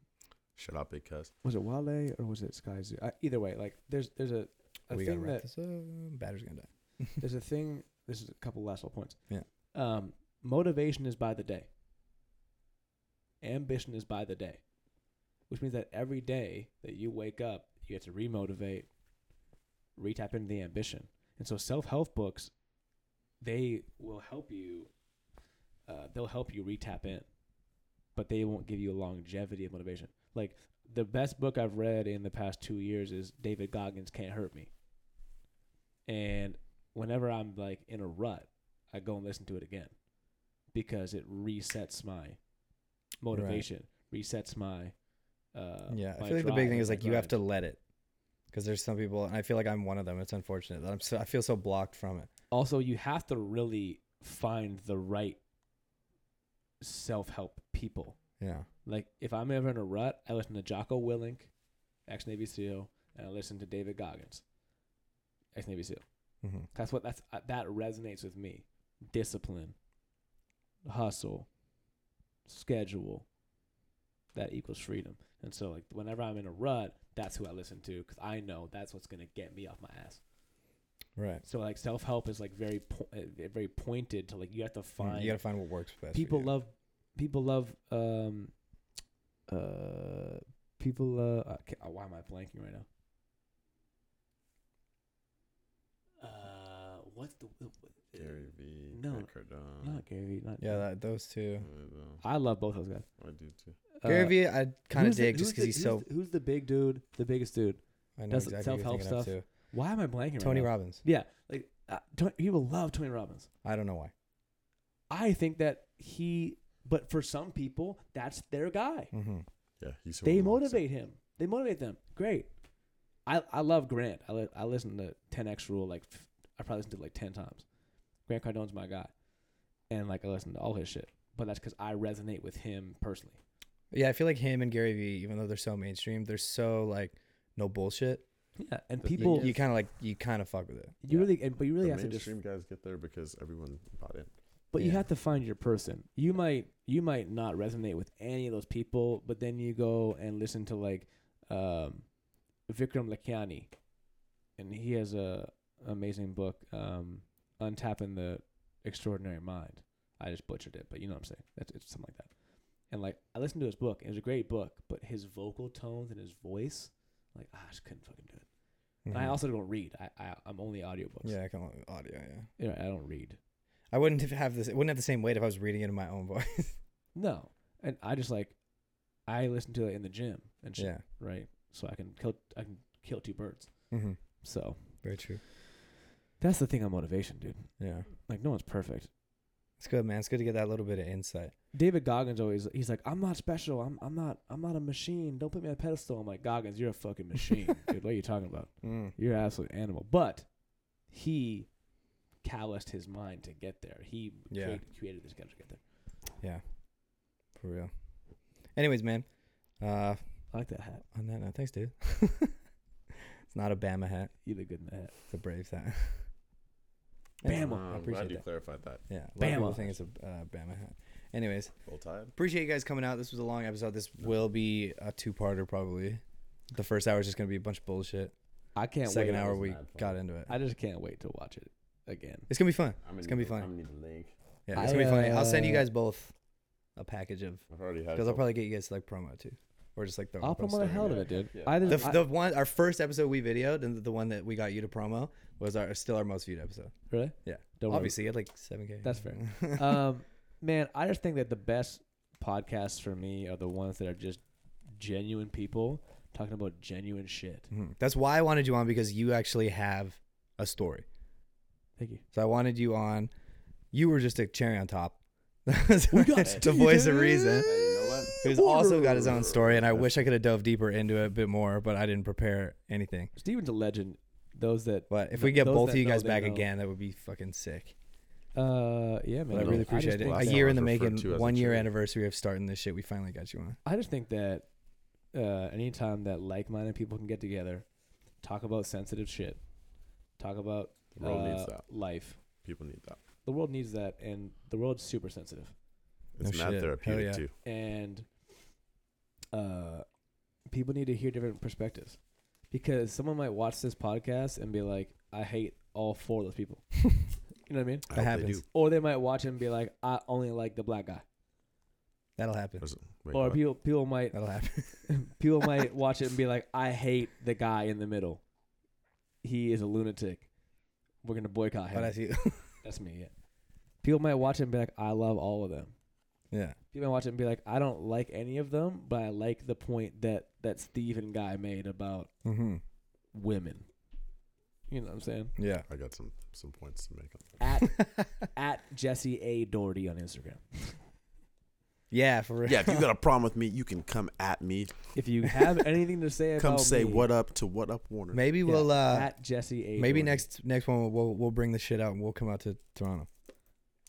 shut up because
was it Wale or was it Sky Zoo? Uh, either way, like there's there's a, a
we gotta
thing
wrap
that
this up. Battery's gonna die.
there's a thing. This is a couple last little points.
Yeah.
Um, motivation is by the day. Ambition is by the day, which means that every day that you wake up, you have to remotivate, re-tap into the ambition. And so self-help books, they will help you. Uh, they'll help you re-tap in, but they won't give you a longevity of motivation. Like the best book I've read in the past two years is David Goggins Can't Hurt Me. And whenever I'm like in a rut, I go and listen to it again because it resets my motivation, resets my. Uh,
yeah, I
my
feel like the
drive
big thing
and
is
my
like you have
grind.
to let it, because there's some people, and I feel like I'm one of them. It's unfortunate that I'm so I feel so blocked from it.
also you have to really find the right self-help people
Yeah,
like if i'm ever in a rut i listen to jocko willink ex-navy seal and i listen to david goggins ex-navy seal
hmm
that's what that's uh, that resonates with me discipline hustle schedule that equals freedom and so like whenever i'm in a rut that's who i listen to because i know that's what's going to get me off my ass
right.
so like self help is like very po- uh, very pointed to like you have to find
Mm-hmm. You gotta find what works best. for
people
you.
love people love um uh people uh I can't- why am I blanking right now? Uh, what's the uh,
Gary V.
no,
Grant Cardone.
not Gary Vee, not
Yeah, that, those two.
I,
I love both those guys.
know. I do too.
Gary
Uh,
Vee, I kind of
who's the-
dig
who's
just because
the-
he's
who's
so.
the- who's the big dude, the biggest dude.
I know
does
exactly who you're
self-help
thinking of
stuff.
too.
Why am I blanking?
Tony
right now?
Robbins.
Yeah, like uh, Tony, people love Tony Robbins.
I don't know why.
I think that he, but for some people, that's their guy.
Mm-hmm.
Yeah, he's
they motivate him. They motivate them. Great. I, I love Grant. I, li- I listen to 10X Rule like f- I probably listened to it like ten times. Grant Cardone's my guy, and like I listen to all his shit. But that's because I resonate with him personally.
Yeah, I feel like him and Gary Vee, even though they're so mainstream, they're so like no bullshit.
Yeah, and
The thing
people,
You
you,
kind of like you kind of fuck with it.
yeah.
really, and, but you really
the
have to just
mainstream guys get there because everyone bought in.
But you
Yeah.
have to find your person. You might you might not resonate with any of those people, but then you go and listen to like um, Vikram Lakiani, and he has a amazing book, um, Untapping the Extraordinary Mind. I just butchered it, but you know what I'm saying. That's it's something like that. And like I listened to his book, and it was a great book, but his vocal tones and his voice, like ah, I just couldn't fucking do it. And I
Mhm.
also don't read. I, I I'm only audiobooks.
yeah, I can only audio. Yeah,
You know, I don't read.
I wouldn't have- have this. It wouldn't have the same weight if I was reading it in my own voice.
No, and I just like I listen to it in the gym and shit,
yeah,
right? So I can kill I can kill two birds.
hmm
So
very true.
that's the thing on motivation, dude.
Yeah,
Like no one's perfect.
it's good, man. It's good to get that little bit of insight.
David Goggins always he's like I'm not special. I'm I'm not I'm not a machine. Don't put me on a pedestal. I'm like Goggins, you're a fucking machine, dude. What are you talking about?
Mm.
You're an absolute animal. But he calloused his mind to get there. He
Yeah.
created, created this guy to get there.
For real. Anyways, man. Uh,
I like that hat.
on that note, thanks, dude. it's not a Bama hat.
You look good in that hat.
It's a Braves hat.
Bama.
I'm
I
glad
appreciate
you
that.
clarified that.
Yeah, a lot of people
Bama.
think it's a uh, Bama hat. Anyways,
Full time.
appreciate you guys coming out. This was a long episode. This will be a two-parter probably. The first hour is just gonna be a bunch of bullshit.
I can't wait.
Second
that
hour
was
we
mad fun.
got into it.
I just can't wait to watch it again.
It's gonna be fun.
I'm
It's gonna be fun.
I'm gonna need a link.
Yeah, it's
I,
gonna be funny. I'll send you
uh,
guys both a package of
I've already had. a
because I'll
couple.
probably get you guys to like promo too, or just like the.
I'll promote the hell out of it, dude.
Yeah.
Either
The,
I-
the one our first episode we videoed and the one that we got you to promo was our still our most viewed episode.
really,
Yeah.
Don't worry.
Obviously, it had like seven k.
That's fair. um, man, I just think that the best podcasts for me are the ones that are just genuine people talking about genuine shit.
Hmm. That's why I wanted you on because you actually have a story.
Thank you.
So I wanted you on. You were just a cherry on top.
got
the voice of reason.
Hey, you know what?
Who's also got his own story, and I wish I could have dove deeper into it a bit more, but I didn't prepare anything.
Steven's a legend. Those that,
But if
th-
we get
those
both of
that
you
know,
guys
they
back
know.
again, that would be fucking sick.
uh, yeah, man.
But I really
just
appreciate it.
think
A
that-
year in the
someone's referred
making,
to as a
one year
cherry.
anniversary of starting this shit. We finally got you on.
I just think that uh, anytime that like-minded people can get together, talk about sensitive shit, talk about
The world needs
uh,
that.
life.
People need that.
The world needs that, and the world's super sensitive.
No
It's mad
shit. Hell
therapeutic
yeah.
too.
and uh, people need to hear different perspectives because someone might watch this podcast and be like, "I hate all four of those people," you know what I mean?
That
I hope they
happens.
do.
Or they might watch it and be like, "I only like the black guy,"
That'll happen.
There's- wait,
or
what?
people people might
That'll happen.
people might watch it and be like, "I hate the guy in the middle. He is a lunatic. We're gonna boycott him."
But I see.
That's me. Yeah. People might watch it and be like, "I love all of them."
Yeah.
people might watch it and be like, I don't like any of them, but I like the point that that Steve and guy made about
Mm-hmm.
women. You know what I'm saying?
Yeah.
I got some some points to make. on that.
At at Jesse A Doherty on Instagram.
Yeah, for real.
Yeah, if you got a problem with me, you can come at me.
If you have anything to say about
Come say
me,
what up to what up Warner.
Maybe
yeah,
we'll uh
at Jesse A.
maybe
Doherty.
next next one we'll we'll bring the shit out and we'll come out to Toronto.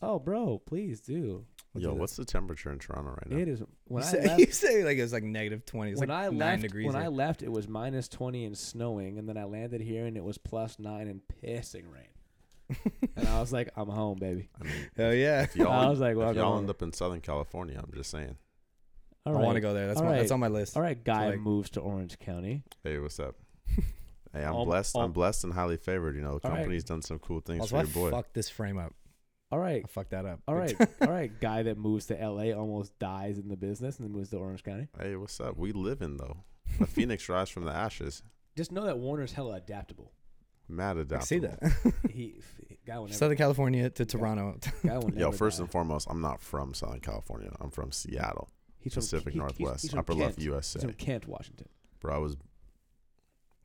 Oh, bro, please do.
We'll
Yo,
do that.
what's the temperature in Toronto right now?
It is when
you
I
say,
left.
you say like it was like negative twenty. It's
when I
like nine
left,
degrees.
when I
here.
left, it was minus twenty and snowing, and then I landed here and it was plus nine and pissing rain. and I was like, I'm home, baby.
I mean,
Hell yeah.
if y'all,
I was like, well,
if y'all
go
end
on.
up in Southern California, I'm just saying.
All
I want to
right.
go there. That's
All
one, that's
right.
on my list.
All right, guy
like-
moves to Orange County.
Hey, what's up? hey, I'm
Um,
blessed.
um,
I'm blessed and highly favored. You know, the
all right.
company's done some cool things
Also,
for
I
your boy.
fucked this frame up.
All right,
I fucked that up.
all
big
right,
time.
all right. Guy that moves to L.A. almost dies in the business and then moves to Orange County.
Hey, what's up? We live in though. The phoenix rise from the ashes.
Just know that Warner's hella adaptable.
Mad
I
adaptable.
see that.
He f- guy will never.
Southern California to Toronto.
guy will never
Yo, first
die.
and foremost, I'm not from Southern California. I'm from Seattle,
he's from
Pacific
he- he's-
Northwest,
he's from
upper left
Kent.
USA.
He's from Kent, Washington.
Bro, I was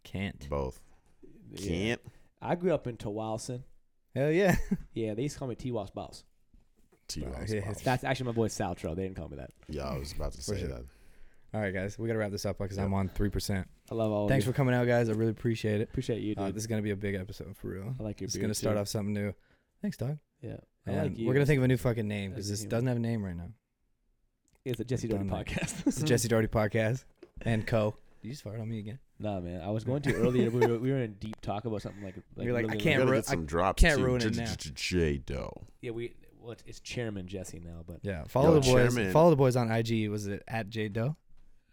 Can't.
both.
Yeah.
Can't.
I grew up in Towalson.
Hell yeah.
Yeah, they used to call me T-Wass Boss.
T
Bro,
Ross.
yeah,
Bob.
it's-
That's actually my boy Saltro. They didn't call me that.
Yeah, I was about to
For
say
sure.
that.
All right, guys, we gotta wrap this up because I'm on three percent.
I love all.
Thanks
of you.
for coming out, guys. I really appreciate it.
appreciate you, dude.
Uh, this is gonna be a big episode for real.
I like your.
It's
beard,
gonna start
too.
off something new. Thanks, dog.
Yeah, I
And
like you.
we're gonna think of a new fucking name
as
because
a
this
human.
doesn't have a name right now.
It's a Jesse Jordan
done that. It's the
podcast.
Jesse Doherty podcast and Co. You just fired on me again.
nah, man. I was going to earlier. We were, we were in deep talk about something like. like
You're like,
really
I can't
long-
Gotta
ru-
get some drops.
can't
too.
ruin it
J-
now.
J- J Doe.
Yeah, we. Well, it's, it's Chairman Jesse now, but
Yeah, follow
Yo,
the boys.
Chairman.
Follow the boys on IG. Was it at J Doe?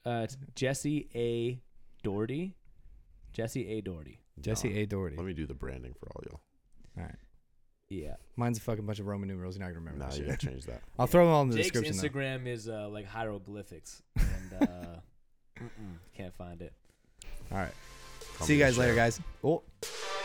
uh, it's Jesse A. Doherty. Jesse A. Doherty.
Jesse A Doherty.
Let me do the branding for all y'all.
All right,
Yeah.
mine's a fucking bunch of Roman numerals. You're not gonna remember
Nah,
that
you
shit.
gotta change that.
I'll throw them all in the
Jake's
description. though.
Instagram is uh, like hieroglyphics, and uh, mm-mm, can't find it.
All right,
Call
see
me
you
the
guys later,
sheriff.
guys. Oh.